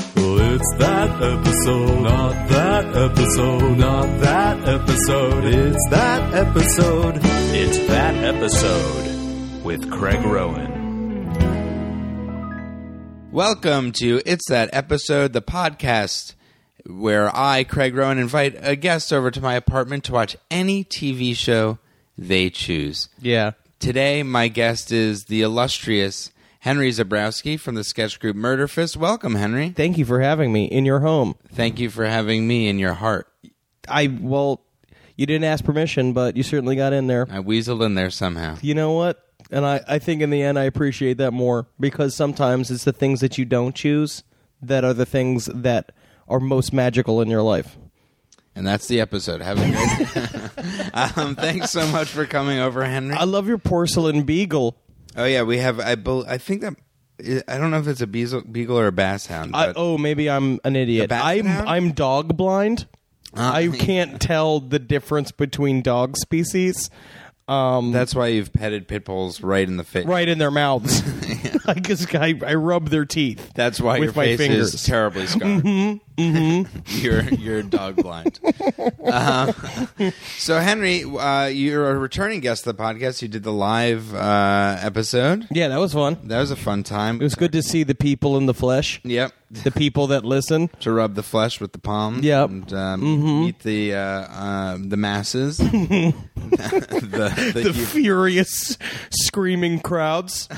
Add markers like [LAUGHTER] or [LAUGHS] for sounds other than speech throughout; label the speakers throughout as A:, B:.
A: It's that episode, not that episode, not that episode. It's that episode.
B: It's that episode with Craig Rowan.
C: Welcome to It's That Episode, the podcast where I, Craig Rowan, invite a guest over to my apartment to watch any TV show they choose.
D: Yeah.
C: Today, my guest is the illustrious Henry Zabrowski from the sketch group Murder Fist. Welcome, Henry.
D: Thank you for having me in your home.
C: Thank you for having me in your heart.
D: I well, you didn't ask permission, but you certainly got in there.
C: I weaseled in there somehow.
D: You know what? And I, I think in the end I appreciate that more because sometimes it's the things that you don't choose that are the things that are most magical in your life.
C: And that's the episode. Have a good [LAUGHS] um, Thanks so much for coming over, Henry.
D: I love your porcelain beagle.
C: Oh yeah, we have. I bel I think that I don't know if it's a beazel, beagle or a bass hound.
D: I,
C: but-
D: oh, maybe I'm an idiot.
C: bat
D: I'm
C: sound?
D: I'm dog blind.
C: Ah. [LAUGHS]
D: I can't tell the difference between dog species. Um,
C: that's why you've petted pit bulls right in the face.
D: right in
C: [LAUGHS]
D: their mouths. [LAUGHS] I just I, I rub their teeth.
C: That's why
D: with
C: your
D: my
C: face
D: fingers. Mm-hmm.
C: is terribly scarred. [LAUGHS] you're you're dog blind. Uh, [LAUGHS] so Henry, uh, you're a returning guest of the podcast. You did the live uh, episode.
D: yeah, that was fun.
C: That was a fun time.
D: It was good to see the people in the flesh.
C: Yep.
D: The people that listen.
C: To rub the flesh with the palm.
D: Yep. Mm-hmm.
C: And um, meet the uh, uh, the
D: [LAUGHS]
C: masses. [LAUGHS] the, the
D: [LAUGHS] The
C: hu-
D: furious screaming crowds.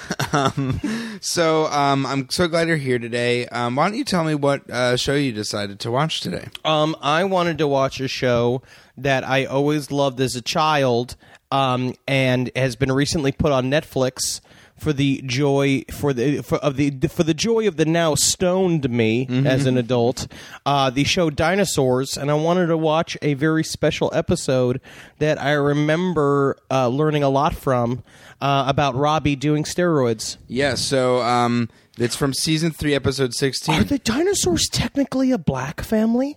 C: So um, I'm so glad you're here today. Um, why don't you tell me what uh, show you decided to watch today?
D: Um, I wanted to watch a show that I always loved as a child, um, and has been recently put on Netflix for the joy for the for of the for the joy of the now stoned me as an adult. Uh, the show Dinosaurs, and I wanted to watch a very special episode that I remember uh, learning a lot from uh, about Robbie doing steroids.
C: Yeah, so um, it's from season three, episode
D: Are
C: sixteen.
D: the dinosaurs technically a black family?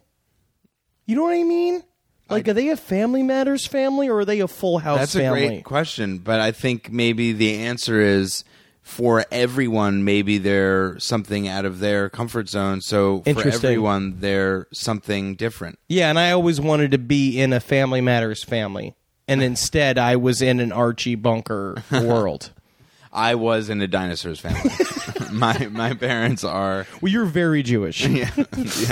D: You know what I mean? Like, are they a Family Matters family or are they a Full House
C: That's
D: family?
C: a great question, but I think maybe the answer is for everyone. Maybe they're something out of their comfort zone. So for
D: Interesting.
C: everyone, they're something different.
D: yeah, and I always wanted to be in a Family Matters family,
C: [LAUGHS]
D: and instead I was in an Archie Bunker world.
C: I was in a dinosaur's family. [LAUGHS] my my parents
D: [LAUGHS]
C: are
D: Well, you're very Jewish,
C: [LAUGHS] yeah,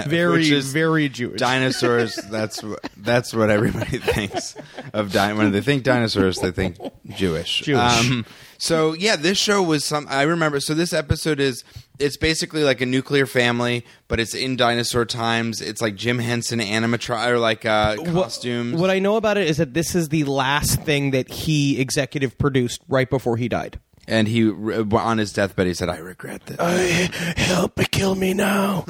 D: very,
C: which is-
D: very Jewish.
C: dinosaurs that's wh- that's what everybody [LAUGHS] thinks of di- when they think dinosaurs they think jewish Um,
D: Jewish.
C: so yeah this show was some i remember so this episode is it's basically like a nuclear family but it's in dinosaur times it's like jim henson animatron or like uh costumes
D: What I know about it is that this is the last thing that he executive produced right before he died.
C: and he re- on his deathbed he said i regret this
D: Uh, Help me, kill me
C: [LAUGHS]
D: now.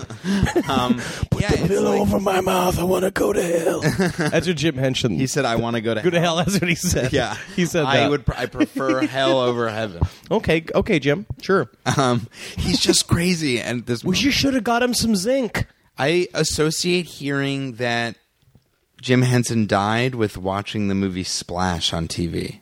C: Um, yeah, it's like-
D: over my mouth. I want to go to hell. [LAUGHS] That's what Jim Henson.
C: he said i want to go to
D: Go to
C: hell
D: hell. That's what he
C: [LAUGHS]
D: said.
C: yeah
D: he said that.
C: i would pr- i [LAUGHS] prefer hell over heaven
D: Okay, okay, Jim.
C: [LAUGHS]
D: Sure.
C: um he's just crazy and this
D: Well, you should have got him some zinc.
C: I associate hearing that Jim Henson died with watching the movie Splash on TV.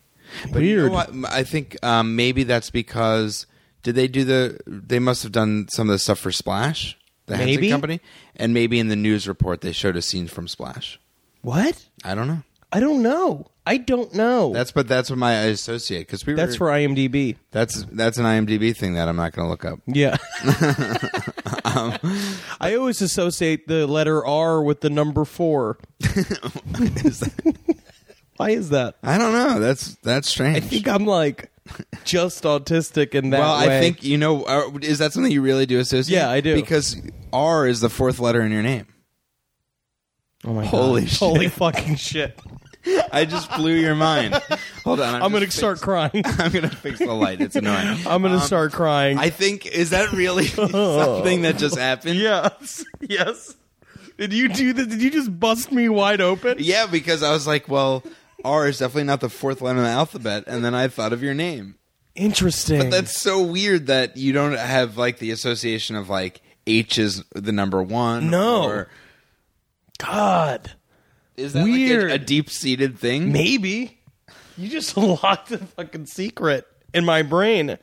C: But you know
D: Weird.
C: what? I think um, maybe that's because did they do the? They must have done some of the stuff for Splash, the Henson
D: Maybe.
C: Company, and maybe in the news report they showed a scene from Splash.
D: What?
C: I don't know.
D: I don't know. I don't know.
C: That's but that's what my I associate because we were,
D: that's for IMDb.
C: that's that's an IMDb thing that I'm not going to look up. [LAUGHS]
D: Yeah.
C: Um,
D: I always associate the letter R with the number four. Why is that?
C: I don't know. That's that's strange.
D: I think I'm like just autistic in that
C: well,
D: way.
C: I think you know. uh, Is that something you really do associate?
D: Yeah, I do.
C: Because R is the fourth letter in your name.
D: Oh my God.
C: Holy shit.
D: [LAUGHS] Holy fucking shit!
C: I just blew your
D: [LAUGHS]
C: mind. Hold on,
D: I'm
C: just
D: gonna start
C: fix- [LAUGHS]
D: crying.
C: I'm gonna fix the light. It's annoying.
D: [LAUGHS]
C: Um,
D: I'm gonna start crying.
C: I think is that really
D: [LAUGHS]
C: something that just happened?
D: Yes. Yes. Did you do this? Did you just bust me wide open?
C: Yeah, because I was like, well, R is definitely not the fourth letter in the alphabet, and then I thought of your name.
D: Interesting.
C: But that's so weird that you don't have like the association of like H is the number one.
D: No.
C: or-
D: God.
C: is that
D: Weird.
C: like a, deep seated thing?
D: [LAUGHS] Maybe. You just locked the fucking secret in my brain.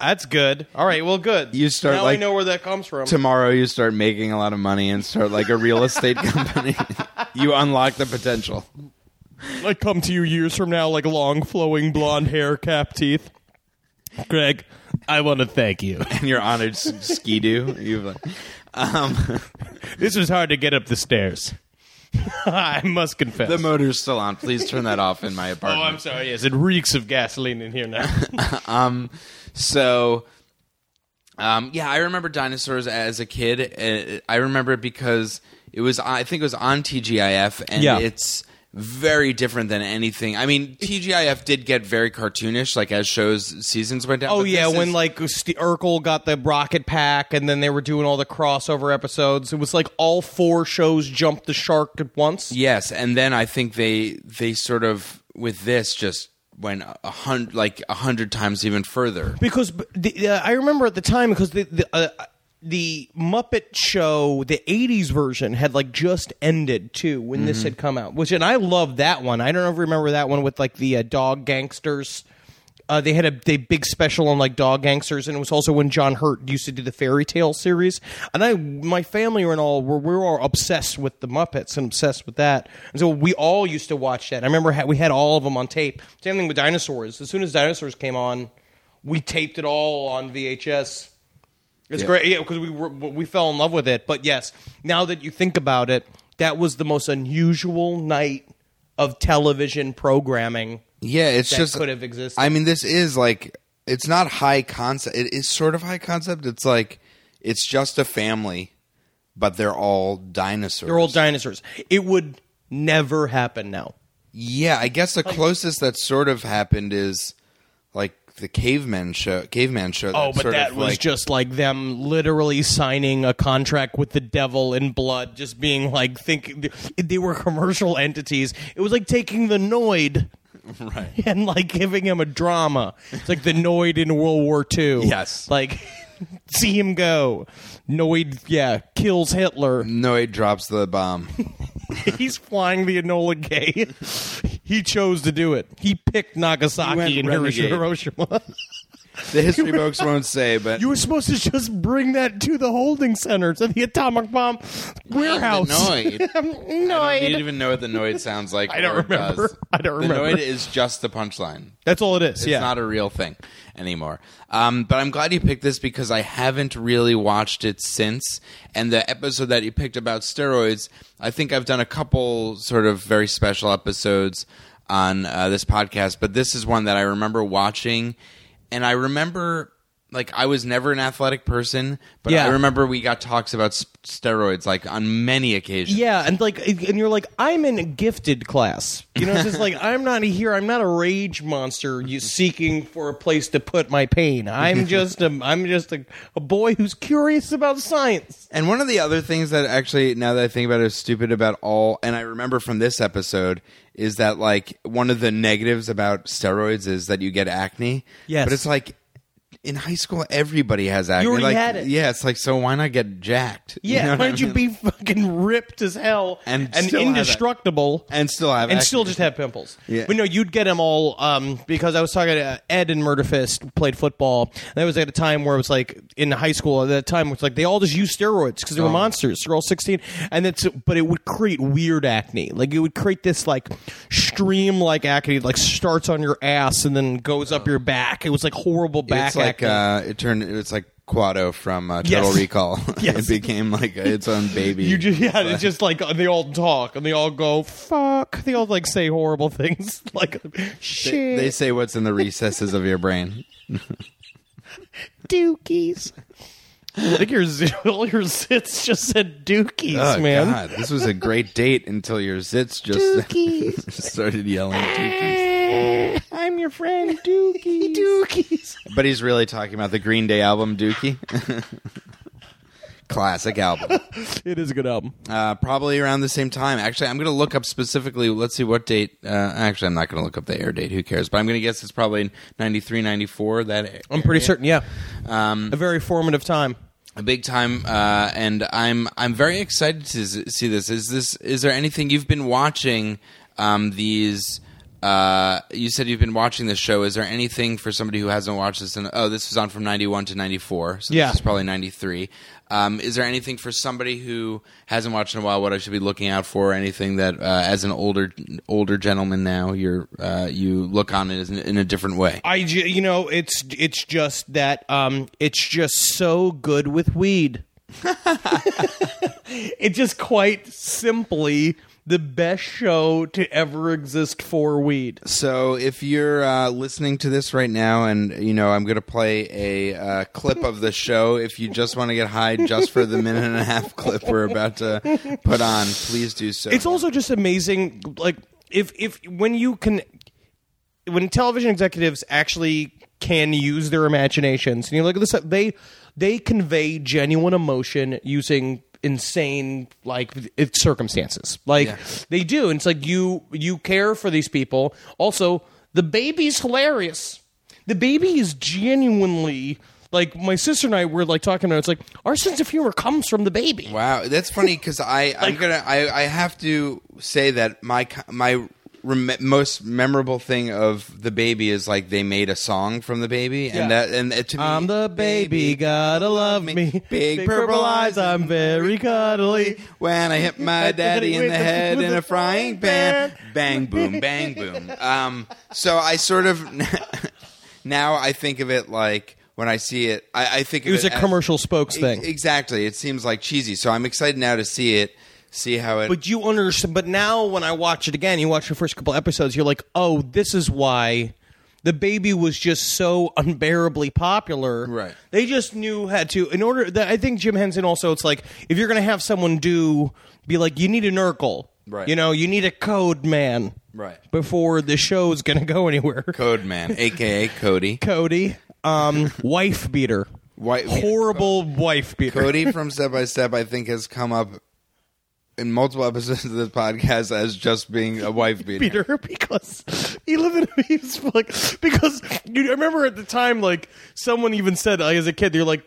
D: That's good. All right. Well, good.
C: You start,
D: now I
C: like,
D: know where that comes from.
C: Tomorrow you start making a lot of money and start like a real
D: [LAUGHS]
C: estate company. you unlock the potential.
D: I come to you years from now, like long flowing blonde hair, cap teeth. Greg, I want to thank you.
C: And you're honored s- skidoo. You've like,
D: This was hard to get up the stairs. [LAUGHS] I must confess.
C: the motor's still on. Please turn that off in my
D: oh,
C: apartment.
D: I'm sorry. Yes, it reeks of gasoline in here now.
C: So, um, yeah, I remember dinosaurs as a kid. Uh, I remember it because it was I think it was on TGIF, and
D: Yeah.
C: it's very different than anything. I mean, TGIF did get very cartoonish, like as shows seasons went down.
D: [LAUGHS] oh
C: but
D: yeah,
C: this
D: when
C: is-
D: like St- Urkel got the rocket pack, and then they were doing all the crossover episodes. It was like all four shows jumped the shark at once.
C: yes, and then I think they they sort of with this just went a hundred like a hundred times even further.
D: because b- the, uh, I remember at the time because the the, uh, the Muppet Show, the '80s version, had like just ended too when this had come out, which and I loved that one. I don't know if you remember that one with like the uh, dog gangsters. Uh, they had a they big special on like dog gangsters, and it was also when John Hurt used to do the fairy tale series. And I, my family and all were we were all obsessed with the Muppets and obsessed with that, and so we all used to watch that. I remember ha- we had all of them on tape. Same thing with dinosaurs. As soon as dinosaurs came on, we taped it all on VHS. It's great, yeah, because we were, we fell in love with it. But yes, now that you think about it, that was the most unusual night of television programming.
C: Yeah, it's
D: that
C: just
D: could have existed.
C: I mean, this is like it's not high concept. It is sort of high concept. It's like it's just a family, but they're all dinosaurs.
D: They're all dinosaurs. It would never happen now.
C: yeah, I guess the closest that sort of happened is like the caveman show. Caveman show.
D: Oh, but
C: sort
D: that
C: of
D: was
C: like-
D: just like them literally signing a contract with the devil in blood, just being like, think they were commercial entities. It was like taking the Noid
C: [LAUGHS] right.
D: [LAUGHS] and like giving him a drama. It's like the Noid in World War II.
C: Yes.
D: Like, [LAUGHS] see him go. Noid, yeah, kills Hitler.
C: [LAUGHS] No, it drops the
D: [LAUGHS]
C: bomb.
D: He's flying the Enola Gay. [LAUGHS] he chose to do it. He picked Nagasaki
C: He
D: and
C: went renegade.
D: Hiroshima.
C: the history books won't say, but
D: You were supposed to just bring that to the holding center, to the atomic bomb warehouse.
C: Noid.
D: [LAUGHS]
C: I don't
D: Noid.
C: even know what the noid sounds
D: [LAUGHS]
C: like. I
D: don't remember. I don't remember.
C: The noid is just the punchline.
D: That's all it is.
C: It's
D: yeah.
C: not a real thing anymore. Um, but I'm glad you picked this because I haven't really watched it since. And the episode that you picked about steroids, I think I've done a couple sort of very special episodes on uh, this podcast, but this is one that I remember watching. And I remember, like, I was never an athletic person, but
D: Yeah.
C: I remember we got talks about s- steroids, like, on many occasions.
D: yeah, and like, and you're like, I'm in a gifted class. You know, it's
C: [LAUGHS]
D: just like I'm not here. I'm not a rage monster. You seeking for a place to put my
C: [LAUGHS]
D: pain. I'm just a, I'm just a, a boy who's curious about science.
C: And one of the other things that actually, now that I think about it, is stupid about all, and I remember from this episode, is that like one of the negatives about steroids is that you get acne.
D: Yes.
C: But it's like in high school, everybody has acne.
D: already
C: like,
D: had it.
C: Yeah, it's like, so why not get jacked? You
D: Yeah,
C: know what
D: why
C: I
D: don't you
C: mean?
D: be fucking ripped as hell
C: And still have it.
D: indestructible?
C: And still have
D: and
C: acne.
D: still just have pimples.
C: Yeah.
D: But no, you'd get them all um, because I was talking to uh, Ed and Murderfist played football. And that was at a time where it was like in high school at that time it was like they all just used steroids because they were monsters. They're all sixteen, and that's but it would create weird acne. Like it would create this like stream like acne, like starts on your ass and then goes up your back. It was like horrible back
C: It's like,
D: acne.
C: uh, it turned, it's like Quado from uh,
D: Yes.
C: Total Recall. [LAUGHS]
D: Yes.
C: it became like its own baby.
D: [LAUGHS] you just
C: [LAUGHS]
D: yeah, it's just like uh, they all talk and they all go fuck. They all like say horrible [LAUGHS] things like shit.
C: they say what's in the recesses of your brain.
D: dookies. like your z- [LAUGHS] all your zits just said dookies,
C: Oh,
D: man.
C: God. This was a great date until your zits just
D: [LAUGHS]
C: [LAUGHS]
D: Dookies.
C: started yelling. dookies.
D: I'm your friend, dookies. [LAUGHS] dookies.
C: But he's really talking about the Green Day album, Dookie. [LAUGHS] Classic album.
D: It is a good album.
C: Uh, probably around the same time. Actually, I'm going to look up specifically. Let's see what date. Uh, actually, I'm not going to look up the air date. Who cares? But I'm going to guess it's probably 93, 94. That
D: I'm pretty certain, yeah. Um, a very formative time.
C: a big time. Uh, and I'm I'm very excited to s- see this. Is this is there anything you've been watching? Um, these. Uh, Uh, you said you've been watching this show. Is there anything for somebody who hasn't watched this? And oh, this was on from ninety one to ninety four, so
D: Yeah.
C: this is probably ninety three. Um, is there anything for somebody who hasn't watched in a while? What I should be looking out for? Anything that, uh, as an older older gentleman now, you're uh, you look on it in, in a different way.
D: I, ju- you know, it's it's just that um, it's just so good with [LAUGHS] weed. it's just quite simply the best show to ever exist for weed.
C: So if you're uh, listening to this right now, and you know I'm going to play a uh, clip of the show. If you just want to get high, just for the minute and a half clip we're about to put on, please do so.
D: It's also just amazing, like if if when you can, when television executives actually can use their imaginations, and you look at this, they they convey genuine emotion using insane like it- circumstances, like they do. And it's like you you care for these people. Also, the baby's hilarious. The baby is genuinely. Like my sister and I were like talking about, it. it's like our sense of humor comes from the baby.
C: Wow, that's funny because I I'm gonna I, I have to say that my co- my rem- most memorable thing of the baby is like they made a song from the baby and
D: Yeah.
C: that and it- to me
D: I'm the baby, gotta love me.
C: Big purple eyes,
D: I'm very cuddly.
C: when I hit my daddy in the head in a frying pan. Bang, boom, bang, boom. Um, so I sort of [LAUGHS] now I think of it like when I see it, I, I think of
D: It was a
C: as-
D: commercial spokes
C: E-
D: thing.
C: Exactly, it seems like cheesy. So I'm excited now to see it, see how it.
D: But you understand. But now, when I watch it again, you watch the first couple episodes, you're like, oh, this is why the baby was just so unbearably popular.
C: Right.
D: They just knew how to. In order, that I think Jim Henson also. It's like if you're gonna have someone do, be like, you need an Urkel.
C: Right.
D: You know, you need a code man.
C: Right.
D: Before the show's gonna go anywhere.
C: Code Man, aka Cody.
D: Cody, um, wife beater.
C: Wife-
D: horrible wife beater.
C: Cody from Step by Step, I think, has come up in multiple episodes of this podcast as just being a wife beater.
D: Peter [LAUGHS] because he lived in he's like because you I remember at the time like someone even said like, as a kid they're like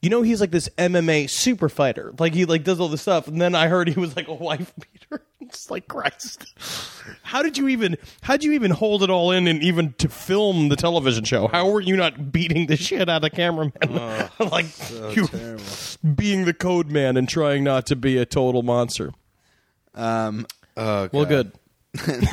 D: you know he's like this MMA super fighter like he like does all this stuff and then I heard he was like a wife beater [LAUGHS] it's like Christ how did you even how did you even hold it all in and even to film the television show how were you not beating the shit out of cameraman
C: Oh,
D: [LAUGHS] like you being the code man and trying not to be a total monster
C: Um, oh,
D: well
C: God.
D: good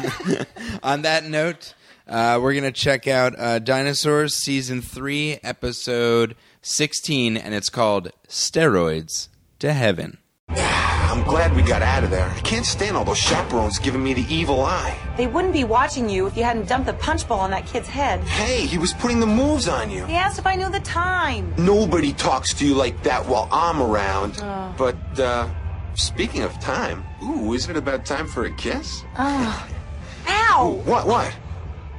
C: On that note, uh, we're going to check out uh, Dinosaurs Season 3, Episode 16, and it's called Steroids to Heaven.
E: I'm glad we got out of there. I can't stand all those chaperones giving me the evil eye.
F: They wouldn't be watching you if you hadn't dumped the punch bowl on that kid's head.
E: Hey, he was putting the moves on you.
F: He asked if I knew the time.
E: Nobody talks to you like that while I'm around. But, uh, speaking of time, ooh, isn't it about time for a kiss?
F: Ow!
E: What, what?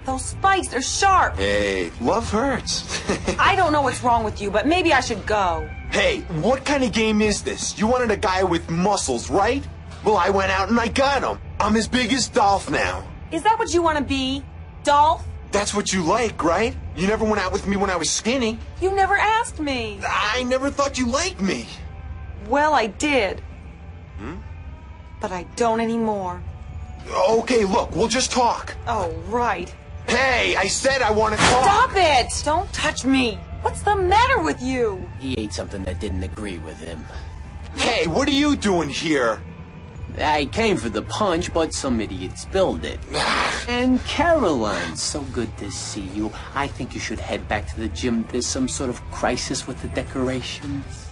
F: Those spikes, they're sharp.
E: Hey, love hurts. [LAUGHS]
F: I don't know what's wrong with you, but maybe I should go.
E: hey, what kind of game is this? You wanted a guy with muscles, right? Well, I went out and I got him. I'm as big as Dolph now.
F: Is that what you want to be? Dolph?
E: That's what you like, right? You never went out with me when I was skinny.
F: You never asked me.
E: I never thought you liked me.
F: Well, I did. But I don't anymore.
E: Okay, look, we'll just talk.
F: Oh, right.
E: Hey, I said I want to talk.
F: Stop it! Don't touch me! What's the matter with you?
G: He ate something that didn't agree with him.
E: Hey, what are you doing here?
G: I came for the punch, but some idiot spilled [SIGHS] it. and Caroline, so good to see you. I think you should head back to the gym. There's some sort of crisis with the decorations.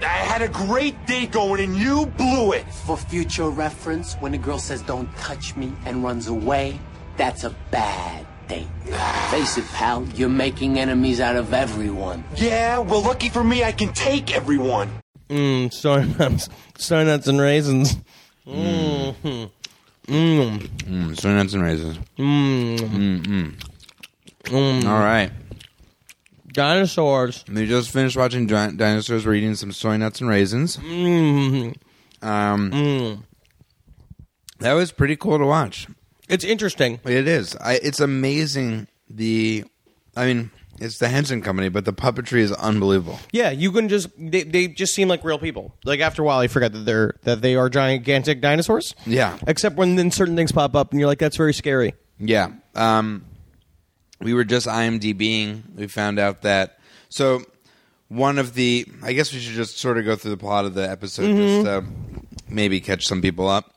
E: I had a great day going and you blew it.
G: For future reference, when a girl says don't touch me and runs away, that's a bad [SIGHS] date. Face it, pal, you're making enemies out of everyone.
E: Yeah, well, lucky for me, I can take everyone.
D: Soy [LAUGHS] nuts, soy nuts and raisins.
C: Mm, so nuts and raisins. Mm. Mm-mm. All right.
D: Dinosaurs.
C: We just finished watching Di- Dinosaurs. We're eating some soy nuts and raisins. Mm. Um, That was pretty cool to watch.
D: It's interesting.
C: It is. I, it's amazing the. I mean, It's the Henson Company, but the puppetry is unbelievable.
D: Yeah, you can just they, they just seem like real people. Like after a while, you forget that they're that they are gigantic dinosaurs.
C: Yeah.
D: Except when then certain things pop up and you're like, that's very scary.
C: Yeah. Um, we were just IMDBing. We found out that. So, one of the. I guess we should just sort of go through the plot of the episode just to maybe catch some people up.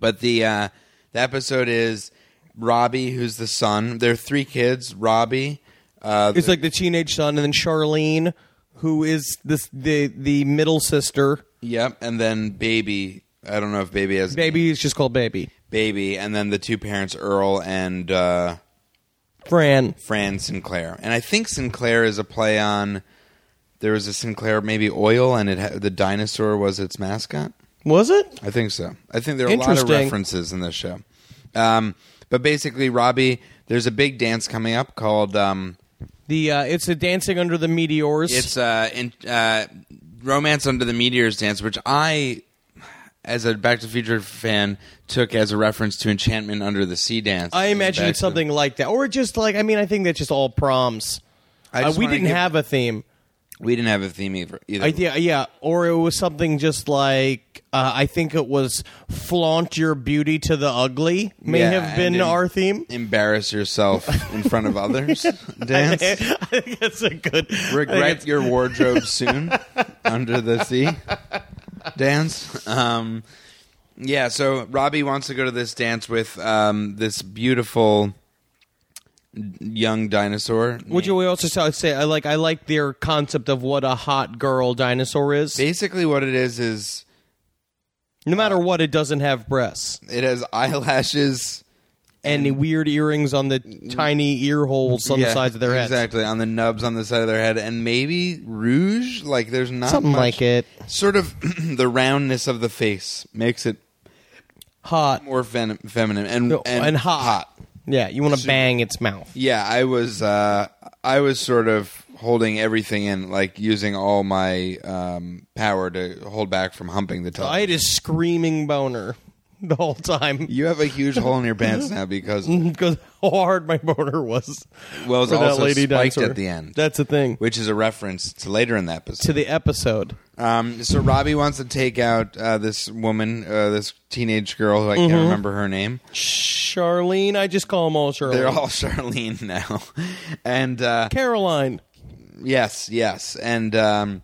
C: But the, uh, the episode is Robbie, who's the son. There are three kids Robbie. Uh,
D: It's like the teenage son, and then Charlene, who is this the the middle sister.
C: yep. And then Baby. I don't know if Baby has.
D: Baby is just called Baby
C: Baby. And then the two parents, Earl and. Uh,
D: Fran.
C: Fran Sinclair, and I think Sinclair is a play on. There was a Sinclair, maybe oil, and it ha- the dinosaur was its mascot.
D: Was it?
C: I think so. I think there are a lot of
D: Interesting.
C: references in this show. Um, but basically, Robbie, there's a big dance coming up called um,
D: The uh, it's a dancing under the meteors.
C: it's uh, in, uh, Romance Under the Meteors Dance, which I, as a Back to the Future fan, took as a reference to Enchantment Under the Sea Dance.
D: I imagine
C: Back
D: it's
C: to the-
D: something like that, or just like I mean, I think that's just all proms.
C: I
D: Uh,
C: just
D: we
C: wanna
D: didn't
C: give-
D: have a theme.
C: We didn't have a theme either. either.
D: I, yeah, yeah, or it was something just like uh, I think it was flaunt your beauty to the ugly may
C: Yeah,
D: have been
C: and em- [LAUGHS]
D: our theme. [LAUGHS]
C: Embarrass yourself in front of others.
D: I
C: Dance.
D: think that's a good.
C: Regret your
D: [LAUGHS]
C: wardrobe soon. Under the sea. Dance. Um, yeah, so Robbie wants to go to this dance with um, this beautiful young dinosaur.
D: Would you also sa- say I like I like their concept of what a hot girl dinosaur is.
C: Basically, what it is is
D: No matter what, it doesn't have breasts
C: it has eyelashes.
D: and weird earrings on the tiny ear holes on the
C: Mm. Yeah,
D: sides of their heads.
C: Exactly, on the nubs on the side of their head, and maybe rouge. Like, there's not
D: Something
C: much-
D: like it.
C: Sort of [CLEARS THROAT] the roundness of the face makes it
D: Hot
C: more fem- feminine and
D: No,
C: and,
D: and hot. Yeah, you want to bang its mouth.
C: Yeah, I was uh, I was sort of holding everything in, like using all my um, power to hold back from humping the
D: I
C: television.
D: had a screaming boner the whole time.
C: you have a huge hole in your pants now because
D: [LAUGHS] because how hard my boner was.
C: Well, it's
D: for Mm-hmm. that
C: also
D: lady
C: spiked
D: dinosaur.
C: at the end.
D: That's the thing.
C: which is a reference to later in the episode.
D: To the episode,
C: Um, so Robbie wants to take out uh, this woman, uh, this teenage girl who I
D: Mm-hmm.
C: can't remember her name.
D: Charlene. I just call them all Charlene.
C: They're all [LAUGHS] Charlene now, and uh,
D: Caroline.
C: Yes, yes, and um,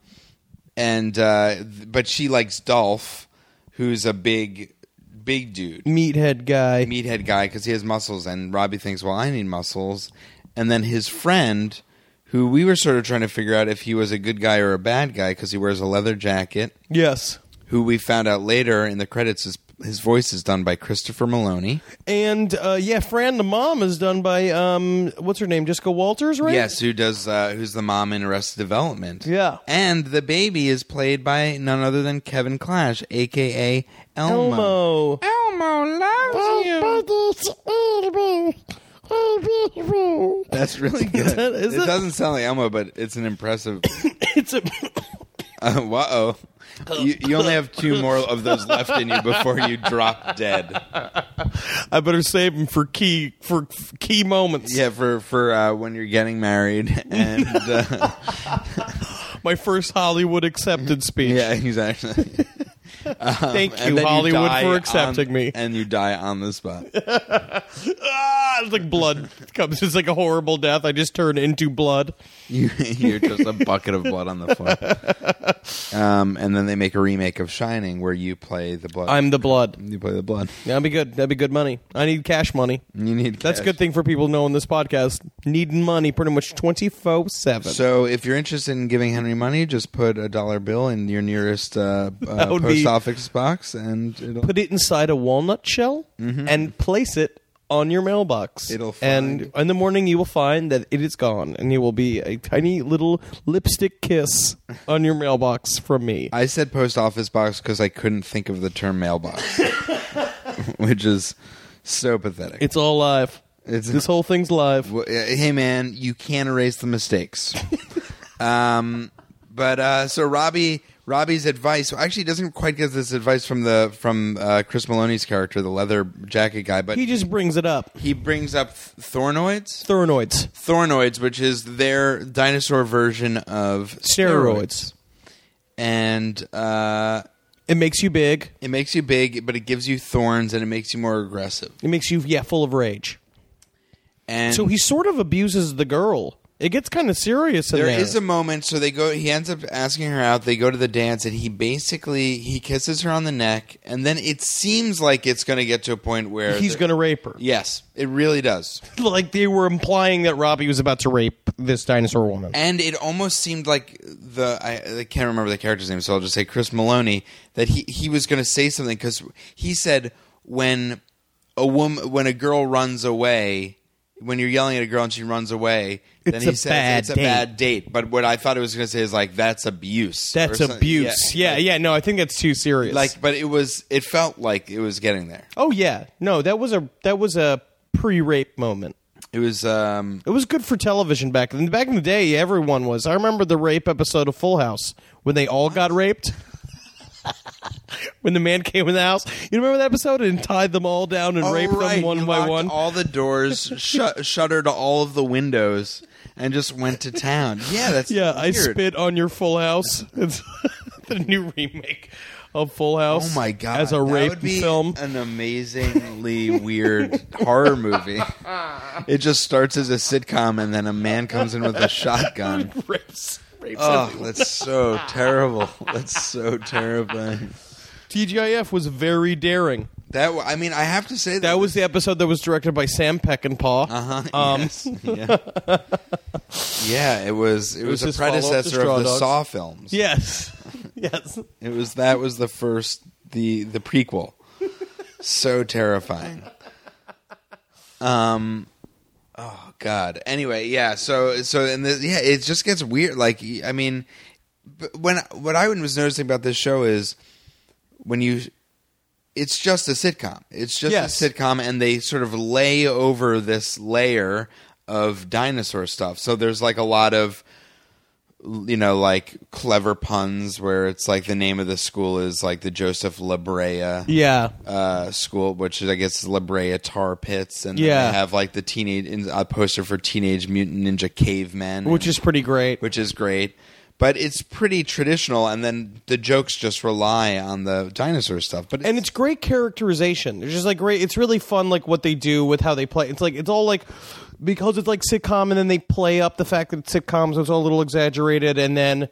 C: and uh, th- but she likes Dolph, who's a big, big dude,
D: Meathead guy.
C: meathead guy, because he has muscles. And Robbie thinks, well, I need muscles. And then his friend, who we were sort of trying to figure out if he was a good guy or a bad guy, because he wears a leather jacket.
D: yes.
C: Who we found out later in the credits is his voice is done by Christopher Maloney.
D: And uh, yeah, Fran the mom is done by um what's her name? Jessica Walters, right?
C: Yes, who does? Uh, who's the mom in Arrested Development?
D: Yeah.
C: and the baby is played by none other than Kevin Clash, aka Elmo.
D: Elmo. [LAUGHS]
C: That's [LAUGHS] really good.
D: that- is
C: it
D: it?
C: doesn't sound like Elmo, but it's an [LAUGHS] impressive.
D: It's a
C: Uh, whoa. You, you only have two more of those left in you before you drop dead.
D: I better save him for key for f- key moments.
C: Yeah, for for uh, when you're getting married, and uh,
D: My first Hollywood accepted
C: [LAUGHS]
D: speech.
C: yeah, exactly.
D: Thank
C: And
D: you,
C: then
D: Hollywood,
C: die
D: for
C: on-
D: accepting me.
C: and you die on the spot.
D: ah, it's like blood comes. It's like a horrible death. I just turn into blood.
C: You, [LAUGHS] you're just a bucket of blood on the floor.
D: [LAUGHS]
C: Um, and then they make a remake of Shining where you play the blood.
D: I'm the blood.
C: you play the blood.
D: That'd be good. That'd be good money. I need cash money.
C: You need
D: That's a
C: cash.
D: good thing for people knowing this podcast. Needing money pretty much 24 7.
C: So if you're interested in giving Henry money, just put a dollar bill in your nearest
D: [LAUGHS]
C: uh, uh,
D: would
C: post
D: be-
C: office box, and it'll
D: Put it inside a walnut shell and place it on your mailbox.
C: Mm-hmm. It'll
D: And in the morning, you will find that it is gone, and it will be a tiny little
C: [LAUGHS]
D: lipstick kiss on your mailbox from me.
C: I said post office box because I couldn't think of the term
D: [LAUGHS]
C: mailbox, which is so pathetic.
D: It's all live.
C: It's-
D: this whole
C: [LAUGHS]
D: thing's live.
C: Well, uh, hey man,
D: [LAUGHS]
C: you can't erase the mistakes. um, but uh, so Robbie Robbie's advice. Actually, he doesn't quite get this advice from the from uh, Chris Maloney's character, the leather jacket guy, but
D: He
C: he,
D: just brings it up.
C: brings up th- thornoids.
D: Thornoids.
C: Thornoids, which is their dinosaur version of steroids,
D: Steroids.
C: and uh,
D: It makes you big.
C: it makes you big, but it gives you thorns and it makes you more aggressive.
D: It makes you yeah full of rage.
C: And
D: So he sort of abuses the girl. It gets kind of serious in
C: There
D: there.
C: is a moment. So they go. He ends up asking her out. They go to the dance, and he basically he kisses her on the neck, and then it seems like it's going to get to a point where
D: he's
C: the-
D: going to rape her.
C: Yes, it really does,
D: Like they were implying that Robbie was about to rape this dinosaur woman.
C: and it almost seemed like the I, I can't remember the character's name, so I'll just say Chris Maloney that he he was going to say something because he said when a woman when a girl runs away. When you're yelling at a girl and she runs away, then
D: It's
C: he
D: a
C: says
D: bad
C: it's a
D: date."
C: bad date. But what I thought it was going to say is like that's abuse. or
D: That's
C: something.
D: abuse. Yeah, yeah, No, I think that's too serious.
C: like but it was it felt like it was getting there
D: oh yeah, no, that was a that was a pre-rape moment.
C: it was um
D: It was good for television back then. Back in the day, everyone was. I remember the rape episode of Full House when they all got raped. [LAUGHS] when the man came in the house, you remember that episode and tied them all down and raped them one
C: Oh, You
D: by
C: locked
D: one.
C: all the
D: [LAUGHS]
C: doors shut shuttered all of the windows and just went to town yeah that's
D: yeah, I
C: weird.
D: spit on your Full House. [LAUGHS] It's the new remake of Full House.
C: oh my god
D: as a
C: that
D: rape
C: would be
D: film.
C: an amazingly weird horror movie it just starts as a sitcom and then a man comes in with a
D: [LAUGHS]
C: shotgun
D: [LAUGHS] Rapes, rapes Uh,
C: oh that's so terrible that's so terrifying
D: TGIF was very daring.
C: that w- i mean i have to say that,
D: That was the episode that was directed by Sam Peckinpah.
C: Uh-huh,
D: Um,
C: yes, yeah. yeah, it was it, was,
D: was his
C: a
D: follow-up to
C: predecessor
D: Straw
C: of the
D: Dogs.
C: Saw films.
D: [LAUGHS] Yes, yes.
C: It was that was the first the the
D: [LAUGHS]
C: prequel. so terrifying. Um oh god. Anyway, yeah, so so and the, yeah, it just gets weird like I mean but when what I was noticing about this show is when you it's just a sitcom. It's just
D: Yes.
C: a sitcom and they sort of lay over this layer of dinosaur stuff. So there's like a lot of you know, like clever puns where it's like the name of the school is like the Joseph La Brea
D: Yeah.
C: uh, school, which is, I guess, La Brea Tar Pits. And then
D: Yeah.
C: they have like the teenage, in- a poster for Teenage Mutant Ninja Cavemen.
D: Which
C: and-
D: is pretty great.
C: which is great. But it's pretty traditional, and then the jokes just rely on the dinosaur stuff. But
D: and it's great characterization. It's just like great. It's really fun, like what they do with how they play. It's like it's all like because it's like sitcom, and then they play up the fact that it's sitcoms. So it's all a little exaggerated, and then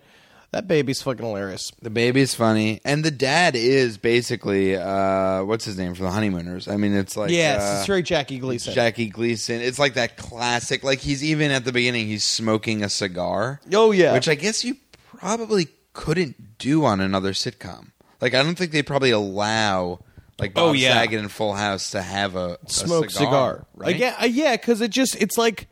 D: that baby's fucking hilarious.
C: The baby's funny, and the dad is basically uh, what's his name for the honeymooners. I mean, it's like
D: yes,
C: uh,
D: it's very Jackie Gleason.
C: Jackie Gleason. It's like that classic. Like he's even at the beginning, he's smoking a cigar.
D: Oh, yeah.
C: which I guess you probably couldn't do on another sitcom. Like I don't think they probably allow like Bob
D: Oh, yeah.
C: Saget and Full House to have a a
D: Smoke cigar,
C: right?
D: Like, yeah, uh, yeah, because it just it's like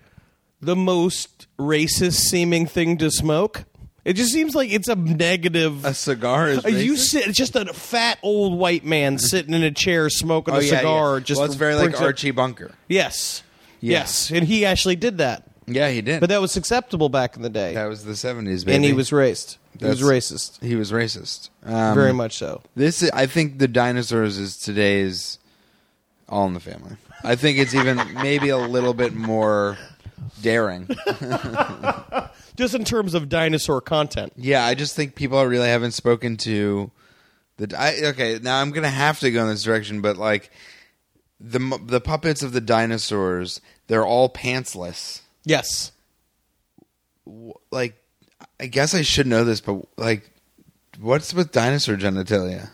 D: the most racist seeming thing to smoke. It just seems like it's a negative.
C: a cigar is.
D: Uh, [LAUGHS] you
C: racist?
D: sit just a fat old white man sitting in a chair smoking
C: Oh,
D: a
C: yeah,
D: cigar.
C: yeah.
D: Just
C: well, it's very like
D: brings up-
C: Archie Bunker.
D: Yes.
C: Yeah.
D: Yes. And he actually did that.
C: Yeah, he did.
D: But that was acceptable back in the day.
C: that was the seventies, baby.
D: and he was racist. He was
C: That's-
D: racist.
C: He was racist. Um,
D: Very much so.
C: This, is- I think, the dinosaurs is today's All in the Family. I think it's
D: [LAUGHS]
C: even maybe a little bit more daring.
D: Just in terms of dinosaur content.
C: Yeah, I just think people really haven't spoken to the. I, okay, now I'm gonna have to go in this direction, but like the mu- the puppets of the dinosaurs, they're all pantsless.
D: Yes.
C: Like, I guess I should know this, but like, what's with dinosaur genitalia?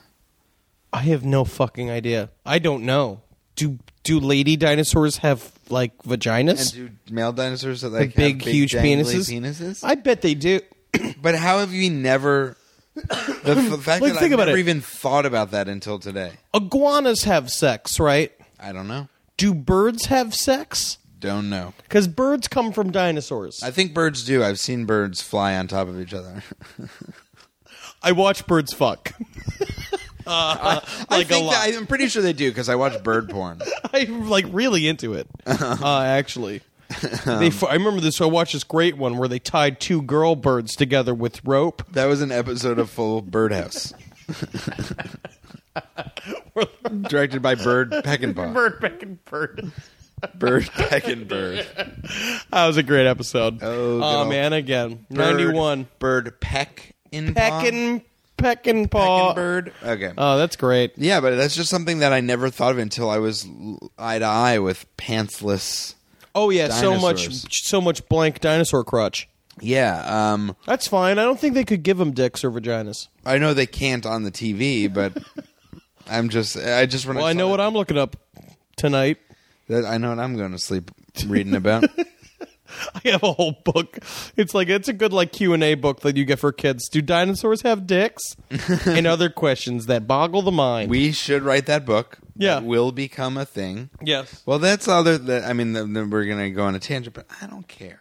D: I have no fucking idea. I don't know. Do do lady dinosaurs have like
C: And
D: vaginas?
C: do male dinosaurs that
D: The
C: like
D: big,
C: have
D: huge
C: dangly
D: penises?
C: penises?
D: I bet they do.
C: But how have you never? The f- fact
D: Like,
C: that
D: think
C: I've
D: about
C: never
D: it.
C: even thought about that until today.
D: Iguanas have sex, right?
C: I don't know.
D: Do birds have sex?
C: Don't know.
D: Because birds come from dinosaurs.
C: I think birds do. I've seen birds fly on top of each other.
D: I watch birds fuck. [LAUGHS]
C: I
D: Uh,
C: [LAUGHS]
D: Like a
C: think that,
D: lot.
C: I'm pretty sure they do because I watch bird porn.
D: Uh-huh. [LAUGHS] I'm like really into it. uh, actually, they, f- I remember this. I watched this great one where they tied two girl birds together with rope.
C: That was an episode of Full
D: [LAUGHS]
C: Birdhouse. Directed by Bird Peckinpah. Bird,
D: Bird, back and bird.
C: Peckinbird.
D: That was a great episode.
C: Oh, good old-
D: man, again,
C: Bird-
D: ninety-one.
C: Bird Peck in
D: Peckin, peckin paw.
C: Bird. Okay.
D: Oh, that's great.
C: yeah, but that's just something that I never thought of until I was l- eye to eye with pantsless.
D: Oh yeah, so
C: Dinosaurs.
D: much, so much blank dinosaur crutch.
C: Yeah, um,
D: That's fine. I don't think they could give them dicks or vaginas.
C: I know they can't on the TV, but I'm just I just when
D: Well,
C: I,
D: I know what I'm looking up tonight. [LAUGHS]
C: what I know what I'm going to sleep reading about.
D: I have a whole book. It's like it's a good like Q and A book that you get for kids. Do dinosaurs have dicks?
C: [LAUGHS]
D: and other questions that boggle the mind.
C: we should write that book.
D: Yeah.
C: That will become a thing.
D: yes.
C: Well, that's other. That I mean, then then we're gonna go on a tangent, but I don't care.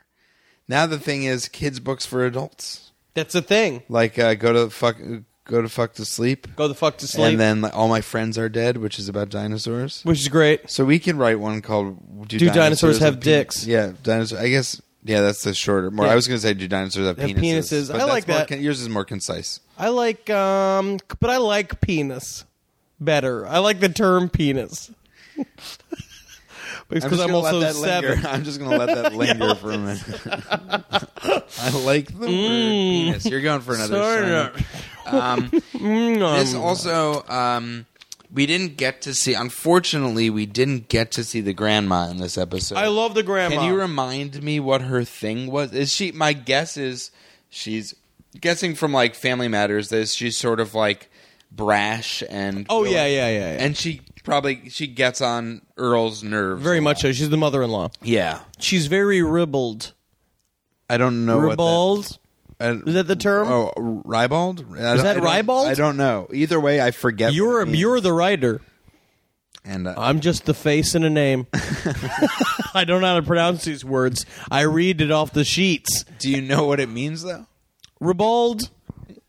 C: Now the thing is, kids' books for adults,
D: That's the thing.
C: like uh, go to fuck, go to fuck to sleep,
D: Go the fuck to sleep.
C: and then like, all my friends are dead, which is about dinosaurs.
D: which is great.
C: So we could write one called "Do,
D: Do dinosaurs have
C: Pe-
D: dicks?
C: Yeah, dinosaur. I guess. Yeah, that's the shorter. More.
D: Yeah.
C: I was gonna say, do dinosaurs have,
D: Have
C: penises?
D: penises.
C: but
D: I
C: that's
D: like
C: more
D: that.
C: con- yours is more concise.
D: I like um c- but I like penis better. I like the term penis. [LAUGHS] because
C: just
D: I'm,
C: gonna let
D: also
C: that linger. [LAUGHS]
D: seven.
C: I'm just gonna let
D: [LAUGHS]
C: that linger for a minute. [LAUGHS] I like the word
D: Mm.
C: penis. You're going for another.
D: Sorta.
C: sign. Um,
D: [LAUGHS]
C: This also, um, we didn't get to see. Unfortunately, we didn't get to see the grandma in this episode.
D: I love the grandma.
C: Can you remind me what her thing was? Is she? My guess is she's guessing from like Family Matters that she's sort of like brash and
D: Oh, yeah, yeah, yeah, yeah.
C: and she probably she gets on Earl's nerves
D: Very
C: a
D: much
C: lot.
D: so. She's the mother-in-law.
C: Yeah,
D: She's very ribald.
C: I don't know Oh, what
D: Ribald?
C: that,
D: Is that the term?
C: Oh, ribald? Is
D: that ribald?
C: I don't know. Either way, I forget.
D: You're
C: what it
D: you're
C: means.
D: the writer.
C: and uh,
D: I'm just the face and
C: [LAUGHS]
D: a name. I don't know how to pronounce these words. I read it off the sheets.
C: do you know what it means
D: [LAUGHS]
C: though?
D: Ribald.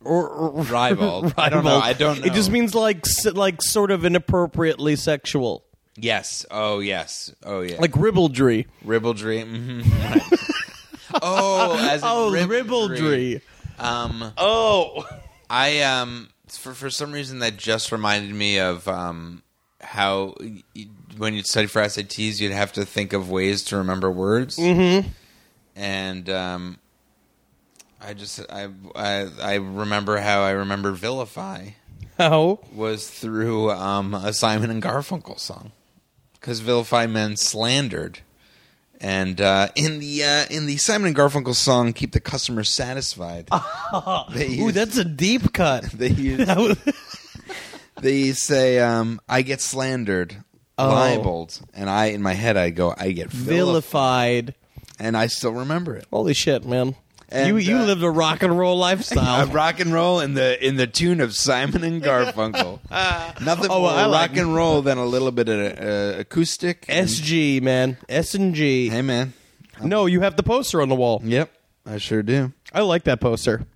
C: Ribald. I don't know. I don't know.
D: It just means like s- like sort of inappropriately sexual,
C: yes. Oh yes. Oh yeah.
D: like ribaldry.
C: ribaldry. hmm
D: [LAUGHS]
C: oh, as in
D: Oh,
C: ribaldry.
D: ribaldry.
C: Um,
D: Oh,
C: I um for for some reason that just reminded me of um how y- y- when you'd study for SATs you'd have to think of ways to remember words. Mm-hmm. And um, I just I, I I remember how I remember vilify
D: how?
C: was through um, a Simon and Garfunkel song because vilify meant slandered. And uh, in the uh, in the Simon and Garfunkel song "Keep the Customer
D: [LAUGHS]
C: Satisfied," they
D: Ooh,
C: used-
D: that's a deep cut.
C: [LAUGHS]
D: [LAUGHS]
C: they use, they say, um, "I get slandered,
D: Oh.
C: libeled," and I, in my head, I go, "I get vilified,"
D: Vilified.
C: and I still remember it.
D: Holy shit, man!
C: And,
D: you you
C: uh,
D: lived a rock and roll
C: Uh, [LAUGHS]
D: lifestyle.
C: rock and roll in the in the tune of Simon and
D: [LAUGHS]
C: Garfunkel. Nothing more
D: Ah. Oh, well, I
C: rock
D: like-
C: and roll than a little bit of uh, acoustic. and-
D: SG man, S and G.
C: hey man,
D: No, you have the poster on the wall.
C: yep, I sure do.
D: I like that poster.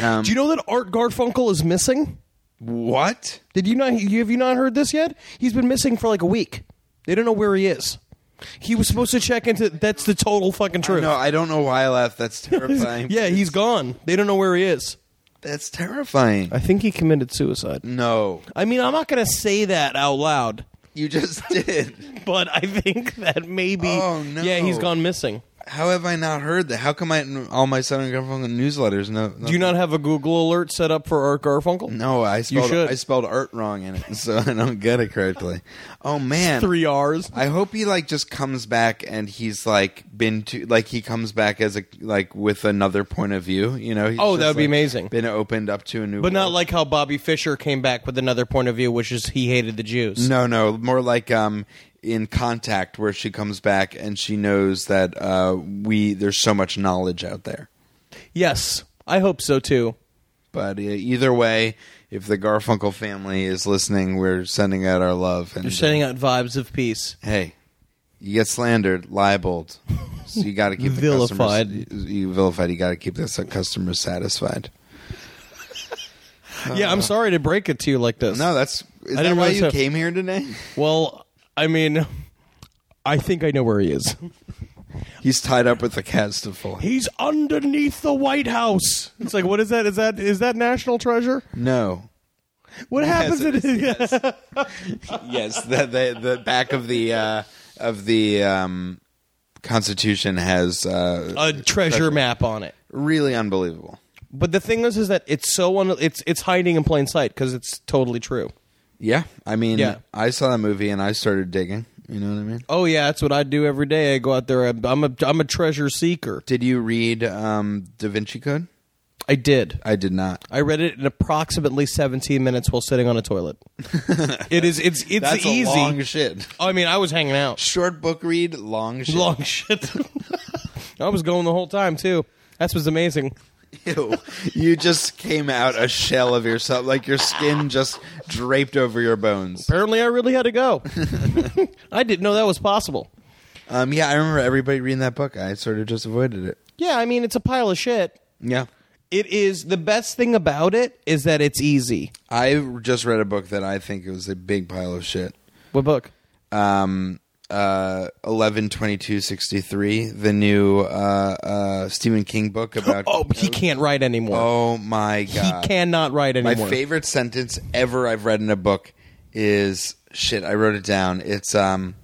C: Um,
D: Do you know that Art Garfunkel is missing?
C: what?
D: Did you not? You, have you not heard this yet? He's been missing for like a week. They don't know where he is. He was supposed to check into. That's the total fucking truth.
C: No, I don't know why I laughed.
D: [LAUGHS]
C: That's terrifying.
D: yeah, he's gone. They don't know where he is.
C: that's terrifying.
D: I think he committed suicide.
C: No,
D: I mean, I'm not going to say that out loud,
C: you
D: [LAUGHS]
C: just did.
D: but I think that maybe.
C: Oh, no.
D: Yeah, he's gone missing.
C: How have I not heard that? How come I all my Southern Garfunkel newsletters? No,
D: Do you not have a Google alert set up for Art Garfunkel?
C: No, I spelled
D: should.
C: I spelled art wrong in it, [LAUGHS] so I don't get it correctly. Oh man,
D: Three R's.
C: I hope he like just comes back and he's like been to like he comes back as a like with another point of view. You know? He's
D: Oh, that
C: just,
D: would be
C: like,
D: amazing.
C: Been opened up to a new,
D: But not
C: world.
D: like how Bobby Fischer came back with another point of view, which is he hated the Jews.
C: no, no, more like um in contact where she comes back and she knows that uh we there's so much knowledge out there.
D: Yes, I hope so too.
C: But uh, either way, if the Garfunkel family is listening, we're sending out our love. And
D: You're sending out vibes of peace.
C: hey, you get slandered, libeled, so you got to keep the
D: Vilified.
C: Customers, you vilified. You got to keep the s- customers satisfied.
D: yeah, I'm sorry to break it to you like this.
C: No, that's is
D: I
C: that
D: didn't
C: why
D: realize
C: you
D: that-
C: came here today?
D: Well, I mean, I think I know where he is.
C: He's tied up with the cast of full.
D: He's underneath the White House. It's like, what is that? Is that is that National Treasure?
C: No.
D: What happens?
C: it
D: in,
C: Yes, the the, the back of the uh, of the um, Constitution has uh,
D: [LAUGHS] a treasure map on it.
C: really unbelievable.
D: But the thing is, is that it's so un- it's it's hiding in plain sight because it's totally true.
C: Yeah, I mean,
D: Yeah.
C: I saw that movie and I started digging. You know what I mean?
D: Oh yeah, that's what I do every day. I go out there. I'm I'm a, I'm a treasure seeker.
C: Did you read um, Da Vinci Code?
D: I did.
C: I did not.
D: I read it in approximately 17 minutes while sitting on a toilet. [LAUGHS] it is it's it's
C: That's
D: easy.
C: a long shit.
D: I mean, I was hanging out.
C: Short book read, long shit.
D: Long shit. I was going the whole time too. That's what's amazing.
C: [LAUGHS] Ew. You just came out a shell of yourself, like your skin just draped over your bones.
D: Apparently, I really had to [LAUGHS] go. I didn't know that was possible.
C: Um, yeah, I remember everybody reading that book. I sort of just avoided it.
D: Yeah, I mean, it's a pile of shit.
C: Yeah.
D: It is the best thing about it is that it's easy.
C: I just read a book that I think it was a big pile of shit.
D: What book?
C: Um, uh, eleven twenty two sixty three, the new uh, uh, Stephen King
D: [GASPS]
C: book about.
D: Oh, he can't write anymore.
C: Oh my god!
D: He cannot write
C: My
D: anymore.
C: favorite sentence ever I've read in a book is shit. I wrote it down. It's um,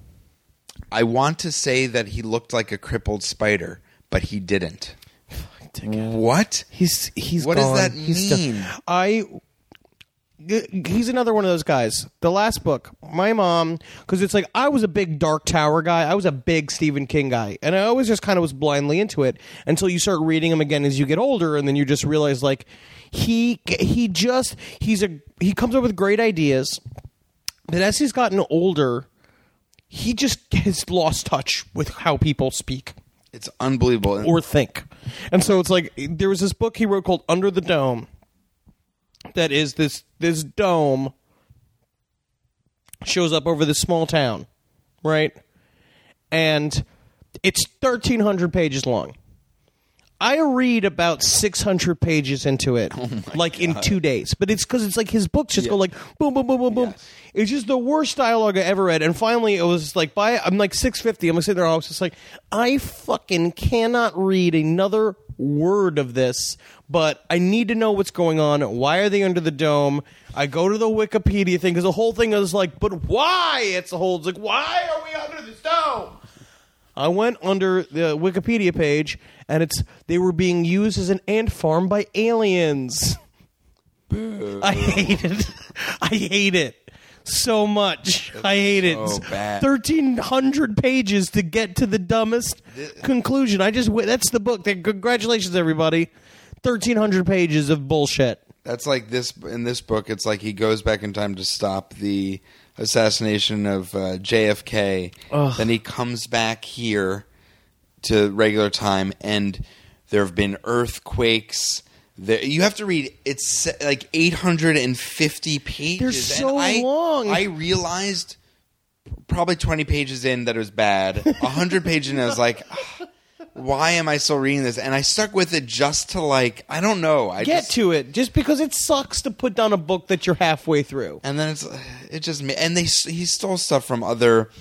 C: I want to say that he looked like a crippled spider, but he didn't. What?
D: He's he's
C: What does
D: gone.
C: that
D: He's done.
C: mean?
D: I g- he's another one of those guys. The last book, my mom, because it's like I was a big Dark Tower guy. I was a big Stephen King guy, and I always just kind of was blindly into it until you start reading him again as you get older, and then you just realize like he he just he's a he comes up with great ideas, but as he's gotten older, he just has lost touch with how people speak
C: It's unbelievable.
D: or think. And so it's like there was this book he wrote called Under the Dome that is this this dome shows up over this small town, right? And it's 1300 pages long. I read about 600 pages into it like in 2 days, but it's cuz it's like his books just go like boom boom boom boom boom. It's just the worst dialogue I ever read and finally it was like by I'm like 650. I'm like sitting there I was just like I fucking cannot read another word of this, but I need to know what's going on. Why are they under the dome? I go to the Wikipedia thing cuz the whole thing is like but why? It's the whole it's like why are we under this dome? I went under the Wikipedia page, and it's they were being used as an ant farm by aliens. I hate it. I hate it so much. I hate it.
C: so bad.
D: Thirteen hundred pages to get to the dumbest conclusion. I just wi- that's the book. Then Congratulations, everybody. Thirteen hundred pages of bullshit.
C: That's like this in this book. It's like he goes back in time to stop the assassination of uh, JFK. Then he comes back here to regular time, and there have been earthquakes. There, you have to read. It's se- like eight hundred and fifty pages. and
D: so
C: I-
D: long.
C: I realized probably twenty pages in that it was bad. hundred pages in, I was like. "Ah, Why am I still reading this? And I stuck with it just to like I don't know. I
D: Get
C: just,
D: to it, just because it sucks to put down a book that you're halfway through.
C: and then it's it just ma- and they s- he stole stuff from other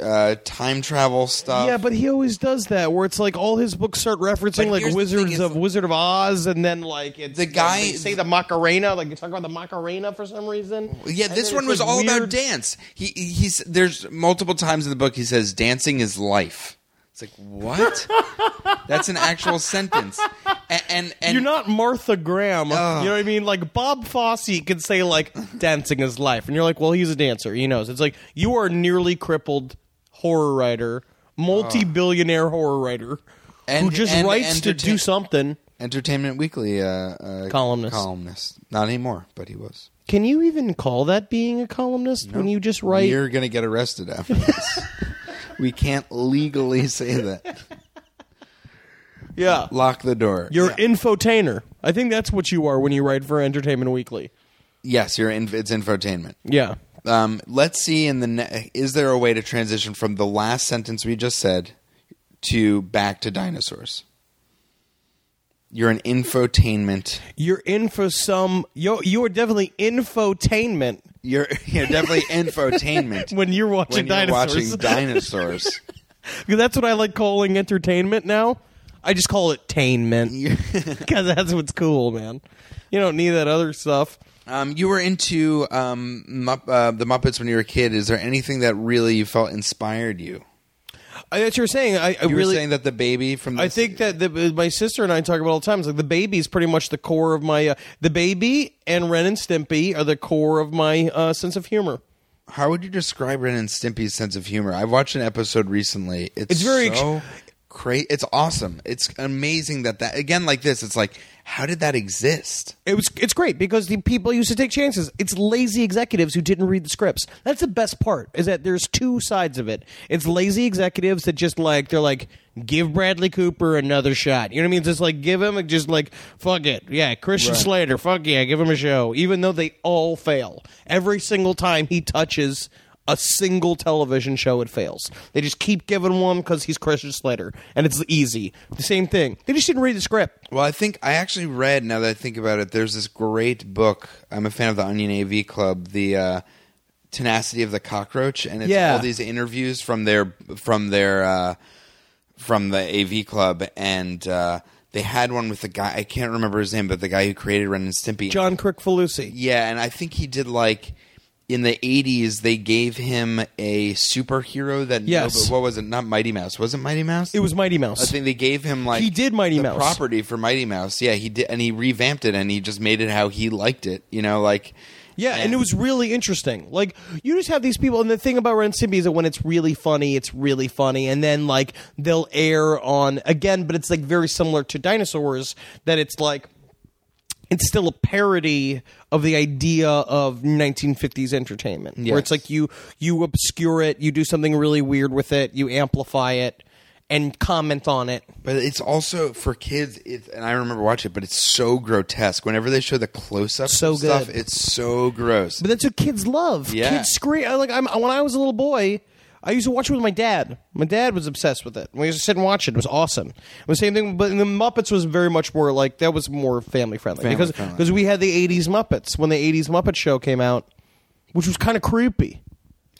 C: uh, time travel stuff.
D: Yeah, but he always does that where it's like all his books start referencing
C: But
D: like
C: here's the thing
D: Wizards
C: is-
D: of Wizard of Oz, and then like it's
C: The guy-
D: like, they say the Macarena, like you talk about the Macarena for some reason.
C: Yeah,
D: And
C: this
D: then
C: one
D: it's,
C: was
D: like,
C: all about
D: weird-
C: dance. He he's there's multiple times in the book he says dancing is life. It's like
D: [LAUGHS]
C: what? That's an actual sentence. And and, and
D: You're not Martha Graham, you know what I mean? Like Bob Fosse could say like dancing is life, and you're like, well, he's a dancer, he knows. It's like you are a nearly crippled horror writer, multi-billionaire horror writer, who
C: And-
D: just
C: and
D: writes to do
C: entertain-
D: something.
C: Entertainment Weekly uh, uh,
D: Columnist.
C: Columnist, not anymore, but he was.
D: Can you even call that being a columnist when you just write?
C: You're gonna get arrested after
D: [LAUGHS]
C: this. we can't legally say that.
D: yeah,
C: Lock the door.
D: You're infotainer. I think that's what you are when you write for Entertainment Weekly.
C: yes, you're in, it's infotainment.
D: Yeah.
C: Um, let's see in the ne- is there a way to transition from the last sentence we just said to back to dinosaurs? You're an infotainment.
D: You're in for some you you are definitely infotainment
C: [LAUGHS] You're you're definitely infotainment
D: [LAUGHS] when you're
C: when
D: watching
C: you're
D: dinosaurs. [LAUGHS]
C: watching dinosaurs.
D: That's what I like calling entertainment now. I just call it tainment [LAUGHS] because that's what's cool, man. You don't need that other stuff.
C: Um, you were into um, Mupp- uh, the Muppets when you were a kid. Is there anything that really you felt inspired you?
D: I, that's what you're saying. I, I
C: You
D: really
C: were saying that the baby from the
D: I think that the, my sister and I talk about all the time. It's like the baby is pretty much the core of my uh, the baby and Ren and Stimpy are the core of my uh, sense of humor.
C: how would you describe Ren and Stimpy's sense of humor? I watched an episode recently. It's,
D: It's very ex-
C: so great. It's awesome. It's amazing that that again like this. It's like how did that exist?
D: It was it's great because the people used to take chances. It's lazy executives who didn't read the scripts. That's the best part is that there's two sides of it. It's lazy executives that just like they're like give Bradley Cooper another shot. You know what I mean? It's just like give him just like fuck it. Yeah, Christian Slater, fuck yeah, give him a show even though they all fail. Every single time he touches a single television show it fails. They just keep giving one because he's Christian Slater, and it's easy. The same thing. They just didn't read the script.
C: Well, I think I actually read now that I think about it. There's this great book. I'm a fan of the Onion AV Club. The uh, Tenacity of the Cockroach, and it's
D: Yeah.
C: all these interviews from their from their uh, from the AV Club, and uh, they had one with the guy. I can't remember his name, but the guy who created Ren and Stimpy.
D: John Crick Falusi.
C: Yeah, and I think he did like in the '80s. They gave him a superhero that
D: Yes.
C: no, but what was it? Not Mighty Mouse. Was it Mighty Mouse?
D: It was Mighty Mouse.
C: I think they gave him like
D: He did Mighty
C: the
D: Mouse.
C: property for Mighty Mouse. Yeah, he did, and he revamped it, and he just made it how he liked it. You know, like
D: Yeah, and it was really interesting. Like you just have these people, and the thing about Ren and Stimpy is that when it's really funny, it's really funny, and then like they'll air on again, but it's like very similar to Dinosaurs that it's like it's still a parody of the idea of 1950s entertainment, where
C: Yes.
D: it's like you you obscure it, you do something really weird with it, you amplify it, and comment on it.
C: But it's also for kids, it, and I remember watching it. But it's so grotesque. Whenever they show the close-up
D: So
C: and stuff,
D: good.
C: it's so gross.
D: But that's what kids love.
C: Yeah.
D: Kids scream. I, like I'm, when I was a little boy, I used to watch it with my dad. My dad was obsessed with it. We used to sit and watch it. It was awesome. It was the same thing, but the Muppets was very much more like that was more family friendly because
C: friendly.
D: because we had the '80s Muppets when the '80s Muppet Show came out, which was kind of creepy.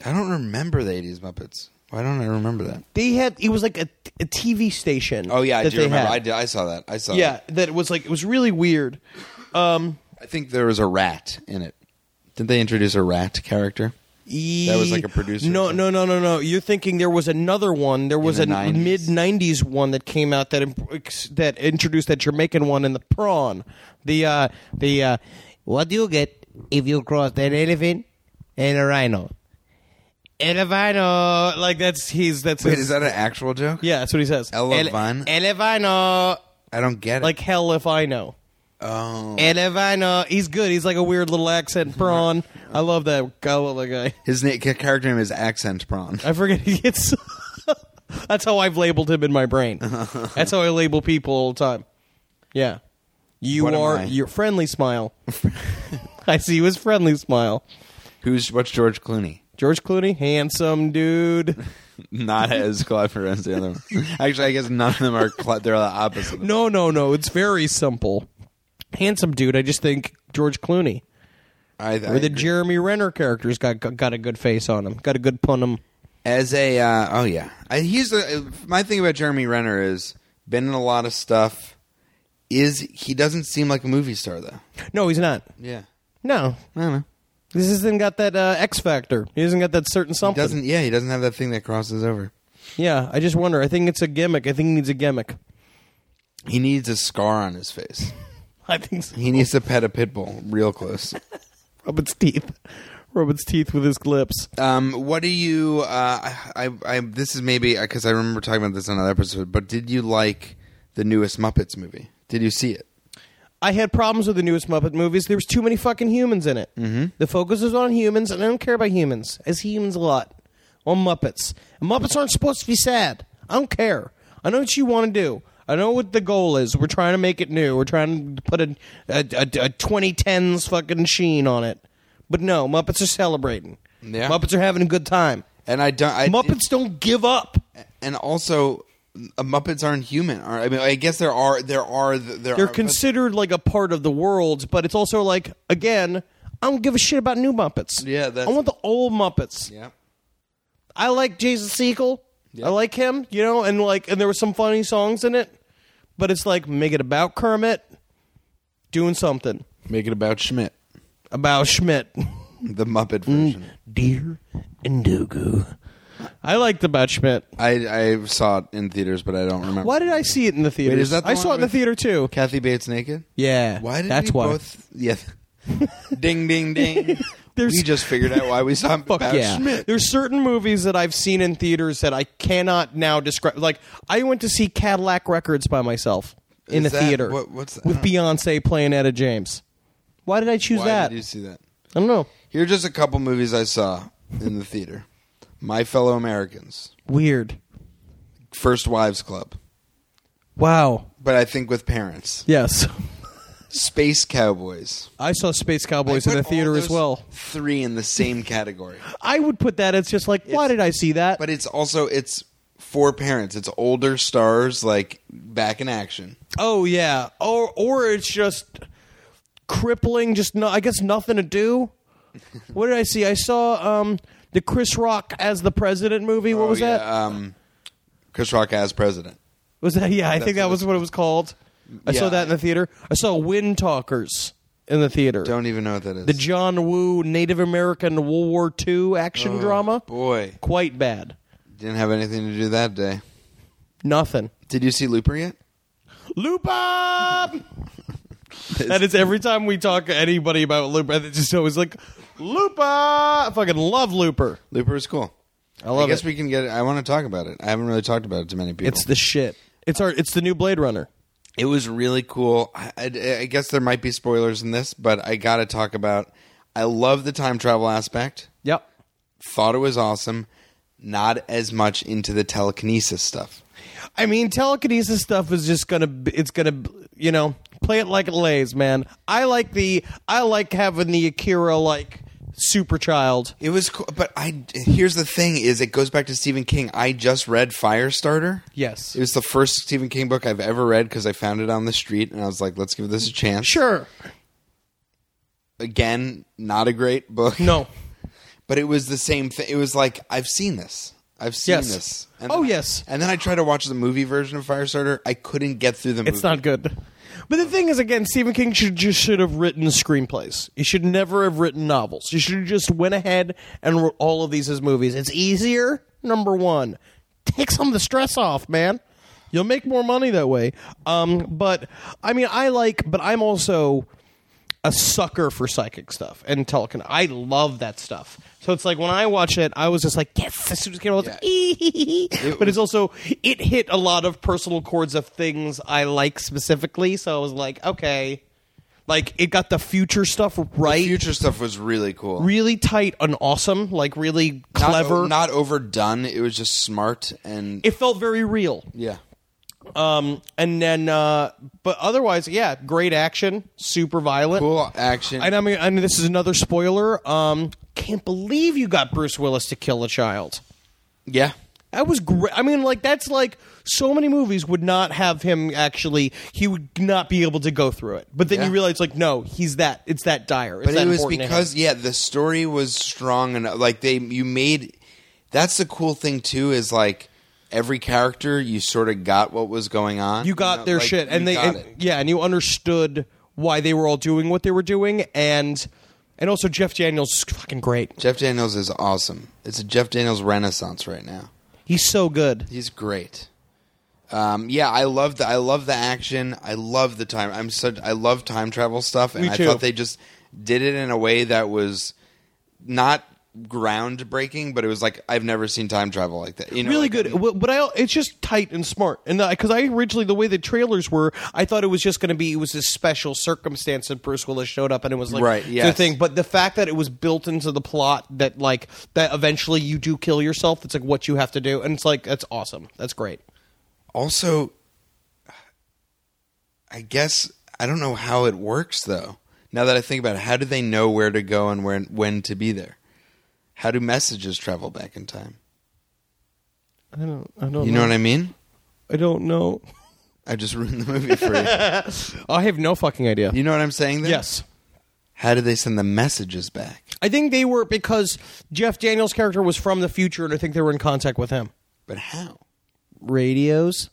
C: I don't remember the '80s Muppets. Why don't I remember that?
D: They had it was like a, a TV station.
C: Oh yeah, I
D: that
C: do
D: they
C: remember.
D: had.
C: I, did, I saw that. I saw.
D: Yeah,
C: that.
D: that was like it was really weird.
C: I think there was a rat in it. Did they introduce a rat character? That was like a producer
D: No,
C: thing.
D: no, no, no, no. You're thinking there was another one. There was
C: the
D: a
C: 90s.
D: mid '90s one that came out that imp- that introduced that Jamaican one and the prawn. The uh, the uh, what do you get if you cross an elephant and a rhino? And a rhino, like that's he's that's
C: Wait,
D: his-
C: is that an actual joke?
D: yeah, that's what he says.
C: Elevine?
D: Ele- elevino,
C: I don't get it.
D: like hell if I know.
C: oh,
D: Elevino, he's good. He's like a weird little
C: [LAUGHS]
D: accent prawn. I love that. I love that guy.
C: his na- character name is Accent Prawn.
D: I [LAUGHS] forget he gets. That's how I've labeled him in
C: [LAUGHS]
D: my brain. That's how I label people all the time. Yeah, you
C: What am
D: are
C: I?
D: your friendly
C: [LAUGHS]
D: smile. I see you as friendly smile.
C: [LAUGHS] Who's what's George Clooney?
D: George Clooney, handsome dude.
C: [LAUGHS] Not as clever as the other one. Actually, I guess none of them are. Cle- they're the opposite.
D: No, no, no. It's very simple. Handsome dude. I just think George Clooney
C: I, I
D: or the
C: agree.
D: Jeremy Renner character's got got a good face on him. Got a good pun him.
C: as a uh, oh yeah, I, he's the my thing about Jeremy Renner is been in a lot of stuff. Is he doesn't seem like a movie star though?
D: No, he's not.
C: Yeah,
D: No,
C: I don't know.
D: this isn't got that uh, X factor. He hasn't got that certain something.
C: Doesn't yeah? He doesn't have that thing that crosses over.
D: Yeah, I just wonder. I think it's a gimmick. I think he needs a gimmick.
C: He needs a scar on his face.
D: [LAUGHS] I think so.
C: He needs to pet a pit bull real close.
D: rub its teeth, rub its teeth with his lips.
C: Um, what do you? Uh, I, I, this is maybe because I remember talking about this on another episode. But did you like the newest Muppets movie? Did you see it?
D: I had problems with the newest Muppet movies. There was too many fucking humans in it. Mm-hmm. The focus was on humans, and I don't care about humans. I see humans a lot on Muppets. And Muppets aren't supposed to be sad. I don't care. I know what you want to do. I know what the goal is. We're trying to make it new. We're trying to put a, a, a, a 2010s fucking sheen on it. But no, Muppets are celebrating.
C: Yeah.
D: Muppets are having a good time.
C: And I don't. I,
D: Muppets don't give up.
C: and also, uh, Muppets aren't human. Are, I mean, I guess there are. There are. There
D: They're
C: are,
D: considered like a part of the world, but it's also like again, I don't give a shit about new Muppets.
C: Yeah, that's-
D: I want the old Muppets.
C: Yeah.
D: I like Jason Segel. I like him, you know, and like, and there were some funny songs in it, but it's like make it about Kermit doing something
C: Make it about Schmidt,
D: about Schmidt,
C: the Muppet
D: Mm.
C: version.
D: dear Indugu. I liked about Schmidt.
C: I, I saw it in theaters, but I don't remember.
D: Why did I see it in the theater?
C: is that the
D: I
C: one
D: saw it in the
C: with-
D: theater too.
C: Kathy Bates naked?
D: Yeah,
C: Why did
D: that's
C: we
D: why.
C: both? Yeah. [LAUGHS] ding ding
D: [LAUGHS]
C: ding.
D: There's-
C: we just figured out why we saw
D: [LAUGHS] Fuck
C: about
D: yeah.
C: Schmidt.
D: There's certain movies that I've seen in theaters that I cannot now describe. Like I went to see Cadillac Records by myself in
C: Is
D: a
C: that-
D: theater
C: what- what's that?
D: with Beyonce playing Etta James. Why did I choose
C: Why
D: that?
C: did you see that?
D: I don't know.
C: Here are just a couple movies I saw in the theater. My Fellow Americans,
D: Weird.
C: First Wives Club,
D: Wow.
C: but I think with parents.
D: Yes. [LAUGHS]
C: Space Cowboys.
D: I saw Space Cowboys
C: I
D: in the
C: put all
D: theater as
C: those
D: well.
C: Three in the same category.
D: I would put that. It's just like, why did I see that?
C: But it's also it's for parents. It's older stars like back in action.
D: oh yeah. Or or it's just crippling. Just no. I guess nothing to do. what did I see? I saw um the Chris Rock as the president movie. What
C: Oh,
D: was
C: yeah,
D: that?
C: Um, Chris Rock as president.
D: Was that yeah? I
C: That's
D: think that
C: what
D: was
C: it's-
D: what it was called. I saw
C: Yeah.
D: that in the theater. I saw Wind Talkers in the theater.
C: Don't even know what that is.
D: the John Woo Native American World War II action drama.
C: Oh, boy
D: Quite bad.
C: didn't have anything to do that day.
D: Nothing.
C: Did you see Looper yet?
D: [LAUGHS] Lupa. that is every time we talk to anybody about Looper. It's just always like Lupa. I fucking love Looper.
C: Looper is cool. I
D: love
C: I guess
D: it.
C: we can get. it. I want to talk about it. I haven't really talked about it to many people.
D: It's the shit. It's our. It's the new Blade Runner.
C: It was really cool. I, I, I guess there might be spoilers in this, but I got to talk about. I love the time travel aspect.
D: Yep.
C: Thought it was awesome. Not as much into the telekinesis stuff.
D: I mean, telekinesis stuff is just gonna. b- It's gonna. b- You know, play it like it lays, man. I like the. I like having the Akira like super child.
C: It was cool, but I here's the thing: is it goes back to Stephen King. I just read Firestarter.
D: Yes.
C: it was the first Stephen King book I've ever read because I found it on the street and I was like, "Let's give this a chance."
D: Sure.
C: Again, not a great book.
D: No.
C: but it was the same thing. It was like I've seen this. I've seen
D: Yes.
C: this.
D: Oh,
C: then-
D: yes.
C: And then I tried to watch the movie version of Firestarter. I couldn't get through the movie.
D: It's not good. But the thing is, again, Stephen King should just should have written screenplays. He should never have written novels. He should have just went ahead and wrote all of these as movies. It's easier. Number one, take some of the stress off, man. You'll make more money that way. Um, but I mean, I like, but I'm also a sucker for psychic stuff and telekin. I love that stuff. So it's like when I watch it, I was just like, yes, as soon as it came out, I was like, "Ee-hee-hee-hee." [LAUGHS] but it's also it hit a lot of personal chords of things I like specifically. So I was like, okay, like it got the future stuff right,
C: Future stuff was really cool.
D: really tight and awesome, like really
C: Not-
D: clever.
C: Not, overdone. It was just smart and
D: it felt very real.
C: yeah.
D: Um, and then, uh, but otherwise, yeah, great action, super violent,
C: Cool action.
D: And I mean, I mean, this is another spoiler. Um, can't believe you got Bruce Willis to kill a child.
C: Yeah.
D: That was great. I mean, like that's like so many movies would not have him actually. He would not be able to go through it. But then
C: Yeah.
D: you realize, like, no, he's that. It's that dire. It's
C: But
D: that
C: it was
D: important to him.
C: because yeah, the story was strong enough. Like they, you made. That's the cool thing too. Is like every character, you sort of got what was going on.
D: you got
C: know,
D: their
C: like,
D: shit,
C: you
D: and they,
C: got
D: and-
C: it.
D: yeah, and you understood why they were all doing what they were doing, and and also Jeff Daniels is fucking great.
C: Jeff Daniels is awesome. It's a Jeff Daniels renaissance right now.
D: He's so good.
C: He's great. Um, yeah, I love the I love the action. I love the time. I'm such I love time travel stuff, and
D: Me
C: I
D: too.
C: thought they just did it in a way that was not groundbreaking, but it was like I've never seen time travel like that. You know,
D: really
C: like, um,
D: good. Well, But I, it's just tight and smart. And because I originally the way the trailers were, I thought it was just going to be it was this special circumstance that Bruce Willis showed up and it was like
C: Right,
D: the
C: yes.
D: thing. But the fact that it was built into the plot that like that eventually you do kill yourself. That's like what you have to do, and it's like that's awesome. That's great.
C: also i guess i don't know how it works though now that i think about it how do they know where to go and where when to be there how do messages travel back in time
D: I don't. I don't.
C: you know what i mean
D: I don't know.
C: i just [LAUGHS] ruined the movie for you
D: I have no fucking idea.
C: you know what i'm saying then?
D: Yes.
C: how do they send the messages back
D: I think they were because Jeff Daniels' character was from the future, and I think they were in contact with him.
C: But how?
D: Radios.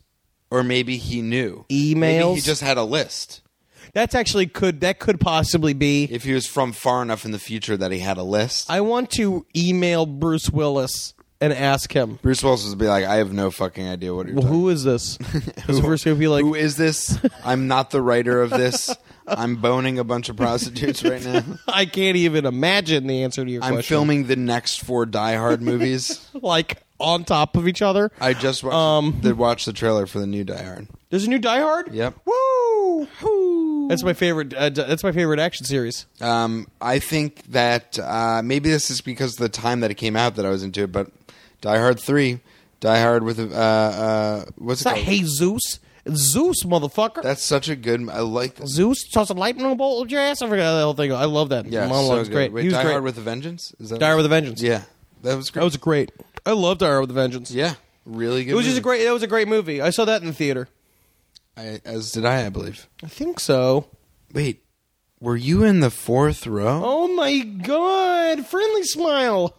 C: Or maybe he knew. Maybe he
D: Emails?
C: just had a list.
D: That's actually could that could possibly be.
C: If he was from far enough in the future that he had a list,
D: I want to email Bruce Willis and ask him
C: Bruce Willis would be like, "I have no fucking idea what you're
D: well,
C: talking
D: who
C: [LAUGHS]
D: is this. Is Bruce going to be like?
C: Who is this? I'm not the writer of this. I'm boning a bunch of prostitutes right
D: [LAUGHS]
C: now.
D: I can't even imagine the answer to your
C: I'm
D: question.
C: filming the next four Die Hard movies.
D: like on top of each other.
C: I just watched,
D: Um.
C: did watch the trailer for the new Die Hard.
D: There's a new Die Hard.
C: Yep.
D: Woo! That's my favorite. Uh, d- that's my favorite action series.
C: Um, I think that uh, maybe this is because of the time that it came out that I was into it, but Die Hard 3, Die Hard with, a- uh, uh, what's
D: It's
C: it
D: not
C: called?
D: Jesus. It's Zeus, motherfucker.
C: That's such a good, I like that.
D: Zeus toss a lightning bolt at your ass. I forgot the whole thing. I love that.
C: Yeah, so
D: monologue's
C: good.
D: great.
C: Wait,
D: he was
C: Die
D: great.
C: Hard with a Vengeance? Is that
D: Die Hard with a Vengeance.
C: Yeah. That was great.
D: that was great. I loved Die Hard with a Vengeance.
C: yeah. Really good.
D: it was just
C: movie.
D: a great. That was a great movie. I saw that in the theater.
C: I, as did I, I believe.
D: I think so.
C: Wait, were you in the fourth row?
D: Oh my god! Friendly smile.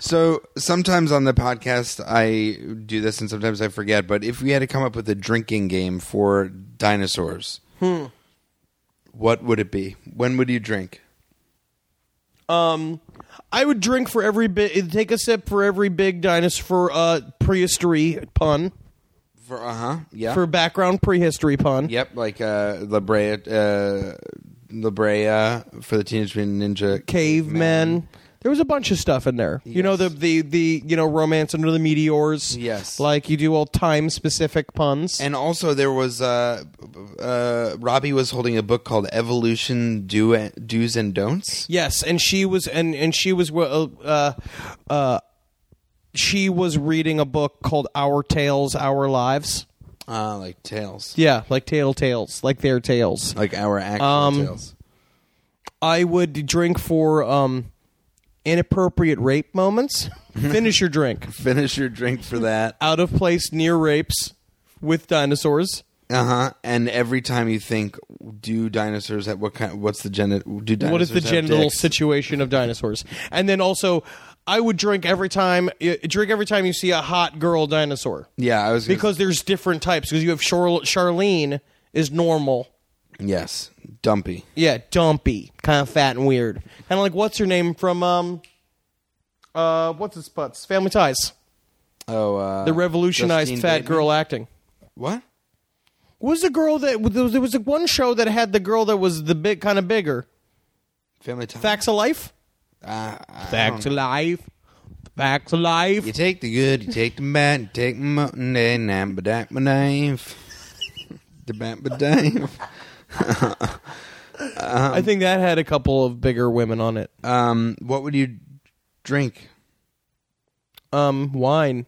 C: So sometimes on the podcast I do this, and sometimes I forget. But if we had to come up with a drinking game for dinosaurs, what would it be? When would you drink?
D: Um, I would drink for every bit. Take a sip for every big dinosaur. For uh, prehistory pun.
C: For uh huh, yeah,
D: For background prehistory pun.
C: yep, like uh, La Brea, uh, La Brea for the Teenage Mutant Ninja
D: cavemen. There was a bunch of stuff in there. You know the the the you know romance under the meteors.
C: Yes.
D: like you do all time specific puns.
C: And also, there was uh, uh, Robbie was holding a book called Evolution Do- Do's and Don'ts.
D: yes, and she was and and she was uh, uh uh she was reading a book called Our Tales, Our Lives.
C: Uh, like tales.
D: Yeah, like tale tales, like their tales.
C: Like our actual
D: Um,
C: tales.
D: I would drink for um inappropriate
C: [LAUGHS]
D: rape moments. Finish your drink.
C: Finish your drink for that.
D: Out of place near rapes with dinosaurs.
C: Uh huh. And every time you think, do dinosaurs have what kind? What's the geni- Do dinosaurs
D: what is the
C: have
D: genital
C: dicks?
D: situation of dinosaurs and then also i would drink every time eh, drink every time you see a hot girl dinosaur
C: Yeah, I was gonna-
D: because there's different types because you have Char- charlene is normal
C: yes, dumpy.
D: yeah dumpy kind of fat and weird and like what's her name from um uh what's his butts family ties
C: Oh, uh,
D: the revolutionized
C: Justine
D: fat
C: Bateman?
D: girl acting
C: What?
D: What was the girl that there was, there was one show that had the girl that was the big kind of bigger
C: Family time.
D: facts of life
C: Uh,
D: facts of life facts of life
C: You take the good, you take the bad, you take the mountain, and I'm ba dap ba dave. The bat ba dave.
D: I think that had a couple of bigger women on it.
C: Um, [LAUGHS] what would you drink?
D: Um, wine,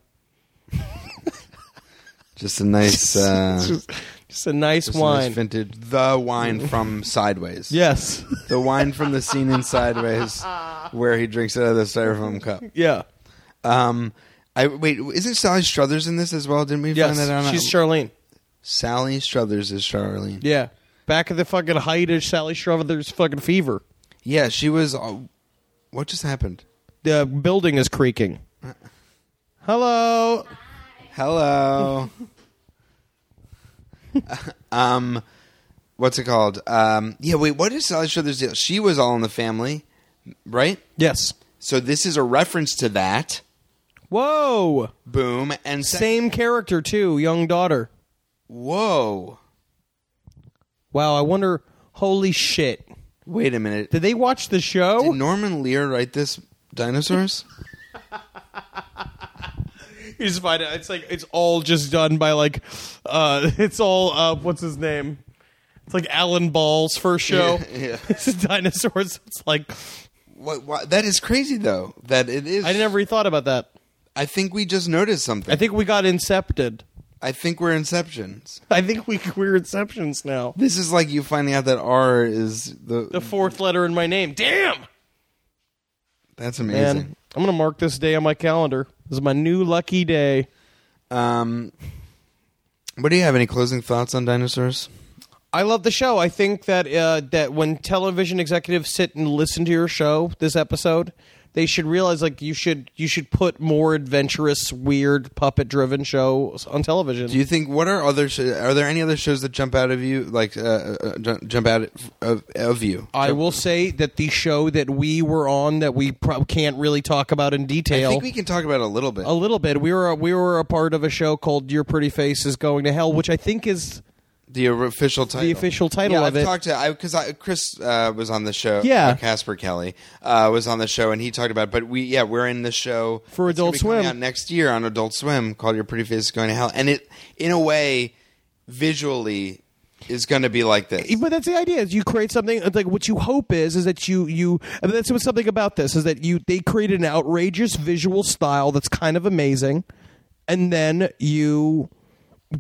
C: Just a
D: [LAUGHS]
C: nice, uh, just
D: just a nice
C: a nice
D: wine.
C: vintage. The
D: [LAUGHS]
C: wine from Sideways.
D: yes,
C: The wine from the scene in Sideways where he drinks it out of the styrofoam cup.
D: yeah,
C: Um, I wait. Isn't Sally Struthers in this as well? Didn't we
D: yes.
C: find that out?
D: She's Charlene.
C: Sally Struthers is Charlene. Yeah,
D: Yeah, back at the fucking height of Sally Struthers' fucking fever.
C: she was. Uh, what just happened?
D: The building is creaking. Hello. [LAUGHS]
C: Hello. um, what's it called? Um, yeah. Wait. What is Sally Struthers' deal? She was all in the family, right?
D: Yes.
C: So this is a reference to that.
D: Whoa.
C: Boom and sec-
D: Same character too. Young daughter.
C: Whoa.
D: Wow. I wonder. Holy shit.
C: Wait a minute.
D: Did they watch the show?
C: Did Norman Lear write this?
D: [LAUGHS]
C: Dinosaurs.
D: You just find out it's like it's all just done by like uh [LAUGHS] it's all uh what's his name? It's like Alan Ball's first show. [LAUGHS]
C: Yeah, yeah.
D: It's dinosaurs. It's like
C: What, what, that is crazy, though. That it is.
D: I never thought about that.
C: I think we just noticed something.
D: I think we got incepted.
C: I think we're Inceptions.
D: I think we we're inceptions now.
C: This is like you finding out that R is the.
D: The fourth letter in my name. Damn.
C: that's
D: And
C: amazing.
D: I'm gonna mark this day on my calendar. This is my new lucky day.
C: Um, but do you have any closing thoughts on dinosaurs?
D: I love the show. I think that uh, that when television executives sit and listen to your show, this episode, they should realize like you should you should put more adventurous, weird puppet driven shows on television.
C: Do you think what are other sh- are there any other shows that jump out of you like uh, uh, ju- jump out of, of, of you?
D: I will say that the show that we were on that we prob can't really talk about in
C: I
D: detail.
C: think we can talk about it a little bit.
D: a little bit. We were we were a part of a show called Your Pretty Face is Going to Hell, which I think is
C: the official title.
D: official title
C: yeah,
D: of
C: I've
D: it.
C: talked to I because I, Chris uh, was on the show.
D: Yeah.
C: uh, Casper Kelly uh, was on the show and he talked about. It, but we yeah we're in the show
D: For
C: it's gonna
D: Adult
C: be coming
D: Swim.
C: out next year on Adult Swim called Your Pretty Face is Going to Hell, and it in a way visually is going to be like this.
D: but that's the idea is you create something it's like what you hope is is that you you I mean, that's what's something about this is that you they created an outrageous visual style that's kind of amazing and then you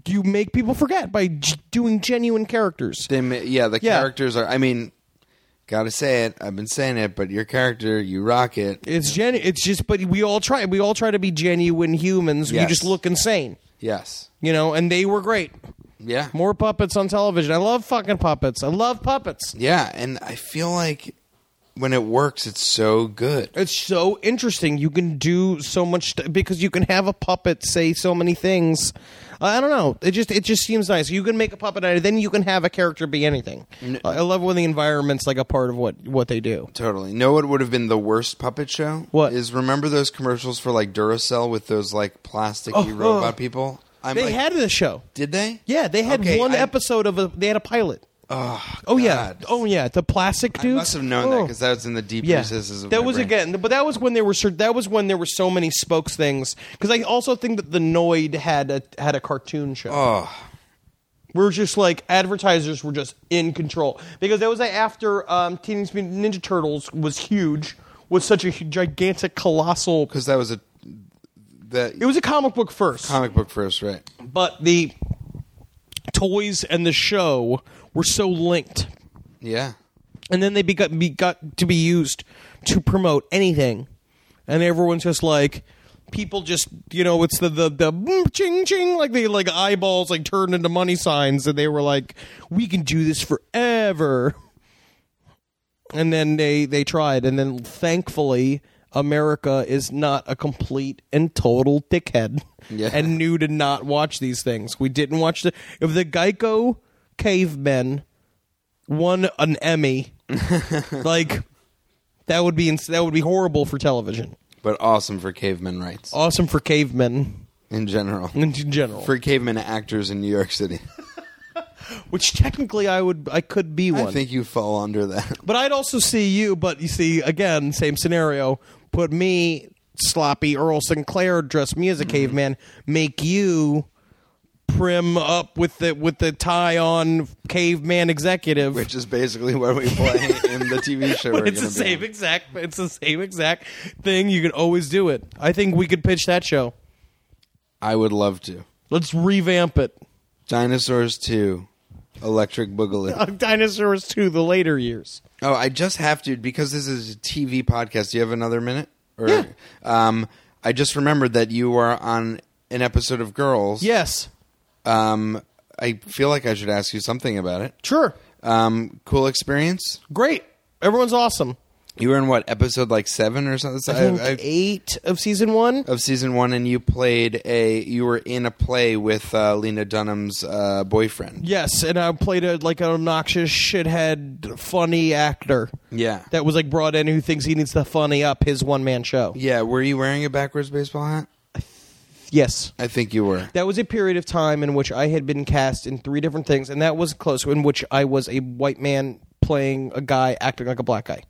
D: you make people forget by g- doing genuine characters
C: They, ma- yeah, the
D: Yeah.
C: characters are. I mean, gotta say it. I've been saying it, but your character, you rock it.
D: it's gen it's just but we all try we all try to be genuine humans you
C: Yes.
D: just look insane
C: Yes.
D: you know and they were great
C: Yeah.
D: more puppets on television i love fucking puppets i love puppets
C: Yeah, and I feel like when it works, it's so good.
D: It's so interesting. You can do so much st- because you can have a puppet say so many things. I don't know. It just it just seems nice. You can make a puppet out of it, then you can have a character be anything. I love when the environment's like a part of what what they do.
C: Totally. Know what would have been the worst puppet show?
D: What?
C: is? Remember those commercials for like Duracell with those like plasticky robot people? I'm
D: Oh,
C: like,
D: They had the show.
C: Did they?
D: Yeah, they had
C: Okay,
D: one
C: I-
D: episode of a. They had a pilot. oh yeah.
C: God.
D: Oh yeah. The plastic
C: I
D: dudes.
C: must have known that
D: Oh.
C: because that was in the deep
D: Yeah,
C: recesses of
D: that
C: my
D: was
C: brain.
D: again, but that was when there were cer- that was when there were so many spokes things. Because I also think that the Noid had a had a cartoon show. We're just like advertisers were just in control because that was like after um, Teenage Mutant Ninja Turtles was huge, was such a hu- gigantic, colossal.
C: because that was a that
D: It was a comic book first,
C: comic book first, right?
D: but the toys and the show were so linked,
C: Yeah.
D: and then they begot be, got to be used to promote anything, and everyone's just like. People just, you know, it's the the the boom, ching ching like they like eyeballs like turned into money signs, and they were like, "We can do this forever." and then they they tried and then thankfully america is not a complete and total dickhead
C: Yeah.
D: and knew to not watch these things we didn't watch the if the geico cavemen won an emmy like that would be ins- that would be horrible for television
C: But awesome for caveman rights
D: awesome for cavemen [LAUGHS]
C: in general.
D: in general
C: for caveman actors in New York City.
D: which technically i would i could be one
C: I think you fall under that.
D: But I'd also see you, but you see, again, same scenario. Put me, sloppy Earl Sinclair, dress me
C: Mm-hmm.
D: as a caveman, make you prim up with the with the tie on caveman executive.
C: Which is basically what we
D: [LAUGHS]
C: play in the TV show.
D: But
C: we're
D: [LAUGHS] it's
C: gonna
D: the
C: be
D: same
C: on.
D: exact it's the same exact thing. You can always do it. I think we could pitch that show.
C: I would love to.
D: Let's revamp it.
C: Dinosaurs 2, Electric
D: [LAUGHS]
C: Boogaloo.
D: Dinosaurs 2, the later years.
C: Oh, I just have to because this is a TV podcast. Do you have another minute? Or,
D: Yeah.
C: Um, I just remembered that you were on an episode of Girls.
D: Yes.
C: Um, I feel like I should ask you something about it.
D: Sure.
C: Um, cool experience.
D: Great. Everyone's awesome.
C: You were in what episode, like seven or something?
D: I think eight of season one.
C: of season one, and you played a you were in a play with uh, Lena Dunham's uh, boyfriend.
D: Yes, and I played a like an obnoxious shithead funny actor.
C: Yeah.
D: That was like brought in who thinks he needs to funny up his one man show.
C: Yeah, were you wearing a backwards baseball hat?
D: Yes.
C: I think you were.
D: That was a period of time in which I had been cast in three different things, and that was close in which I was a white man playing a guy acting like a black
C: [LAUGHS]
D: guy.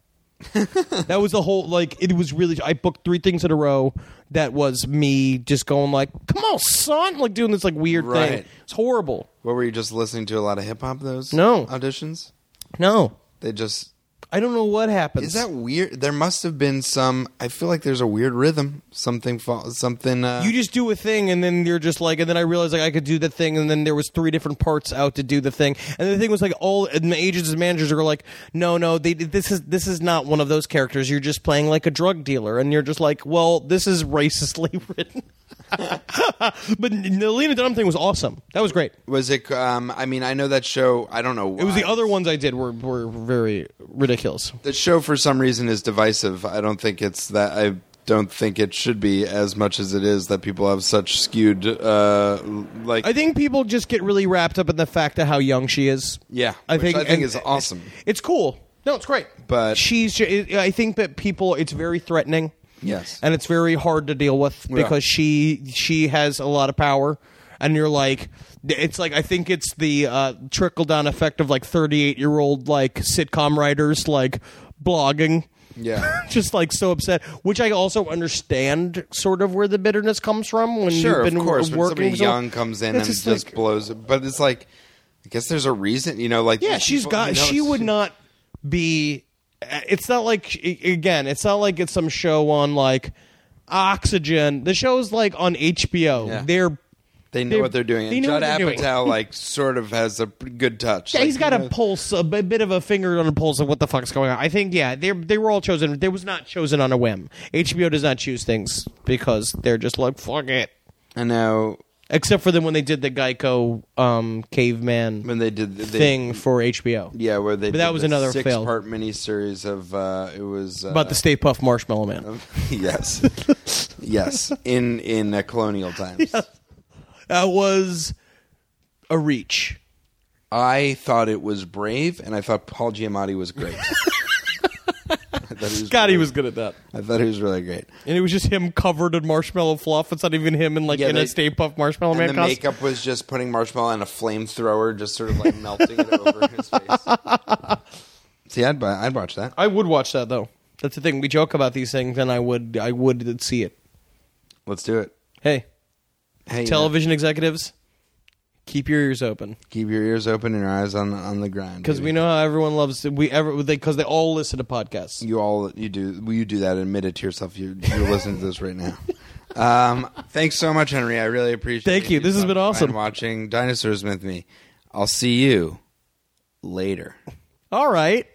D: that was the whole like it was really I booked three things in a row that was me just going like, Come on, son like doing this like weird
C: Right.
D: thing. It's horrible.
C: What were you just listening to a lot of hip hop those
D: No.
C: auditions?
D: No.
C: They just
D: I don't know what happens.
C: is that weird? There must have been some. I feel like there's a weird rhythm. Something fa- something. Uh,
D: you just do a thing and then you're just like and then i realized like i could do the thing and then there was three different parts out to do the thing and the thing was like all and the agents and managers are like no no they, this is this is not one of those characters you're just playing like a drug dealer and you're just like well this is racistly [LAUGHS] written But n- the Lena Dunham thing was awesome. That was great.
C: Was it? Um, I mean, I know that show. I don't know. Why.
D: It was the other ones I did were were very ridiculous.
C: The show for some reason is divisive. I don't think it's that. I don't think it should be as much as it is that people have such skewed. Uh, like
D: I think people just get really wrapped up in the fact of how young she is.
C: Yeah,
D: I
C: which
D: think
C: I think
D: and-
C: is awesome.
D: It's cool. No, it's great.
C: But-
D: she's. ju- I think that people. It's very threatening.
C: Yes.
D: and it's very hard to deal with because she she has a lot of power, and you're like, it's like I think it's the uh, trickle down effect of like 38 year old like sitcom writers like blogging.
C: Yeah.
D: [LAUGHS] Just like so upset, which I also understand sort of where the bitterness comes from when
C: sure,
D: you've been
C: of course. When
D: wo- working.
C: somebody
D: so-
C: young comes in and
D: It's
C: just,
D: like-
C: blows, but it's like, I guess there's a reason, you know. Like,
D: Yeah,
C: these
D: she's
C: people-
D: got.
C: you know,
D: she
C: it's-
D: would not be. It's not like again. It's not like it's some show on like Oxygen. The show's like on HBO.
C: Yeah.
D: They're
C: They know
D: they-
C: what they're doing.
D: they
C: And
D: know what
C: Judd
D: they're doing. [LAUGHS]
C: Apatow, like, sort of has a p- good touch.
D: yeah,
C: Like,
D: he's got
C: you
D: a
C: know,
D: pulse, a b- bit of a finger on the pulse of what the fuck's going on. I think yeah, they they were all chosen. They was not chosen on a whim. HBO does not choose things because they're just like fuck it.
C: I know
D: Except for them when they did the Geico um, caveman
C: when they did the they-
D: thing for HBO.
C: Yeah, where they.
D: But that
C: did
D: was
C: the
D: another
C: six
D: fail.
C: part miniseries of uh, it was uh,
D: [LAUGHS] About the Stay Puff Marshmallow Man.
C: [LAUGHS] yes, yes, in in uh, colonial
D: [LAUGHS]
C: times.
D: That was a reach.
C: I thought it was brave, and I thought Paul Giamatti was
D: [LAUGHS]
C: great. [LAUGHS] I thought was
D: God, he
C: really-
D: was good at that.
C: I thought he was really great.
D: And it was just him covered in marshmallow fluff. It's not even him in like
C: Yeah,
D: in
C: they-
D: a Stay Puff Marshmallow
C: And
D: Man
C: the
D: costume.
C: makeup was just putting marshmallow and a flamethrower, just sort of like melting it over his face.
D: [LAUGHS]
C: See, I'd buy, I'd watch that.
D: I would watch that though. That's the thing. We joke about these things, and I would I would see it.
C: Let's do it.
D: Hey,
C: Hey,
D: television executives, keep your ears open
C: keep your ears open and your eyes on on the grind.
D: because we
C: baby.
D: know how everyone loves we ever they because they all listen to podcasts.
C: you all you do well, you do that. Admit it to yourself. You, you're listening to this right now. Um, thanks so much, Henry. I really appreciate.
D: Thank you. This has
C: Fun-
D: been awesome.
C: fun Watching dinosaurs with me. I'll see you later.
D: All right.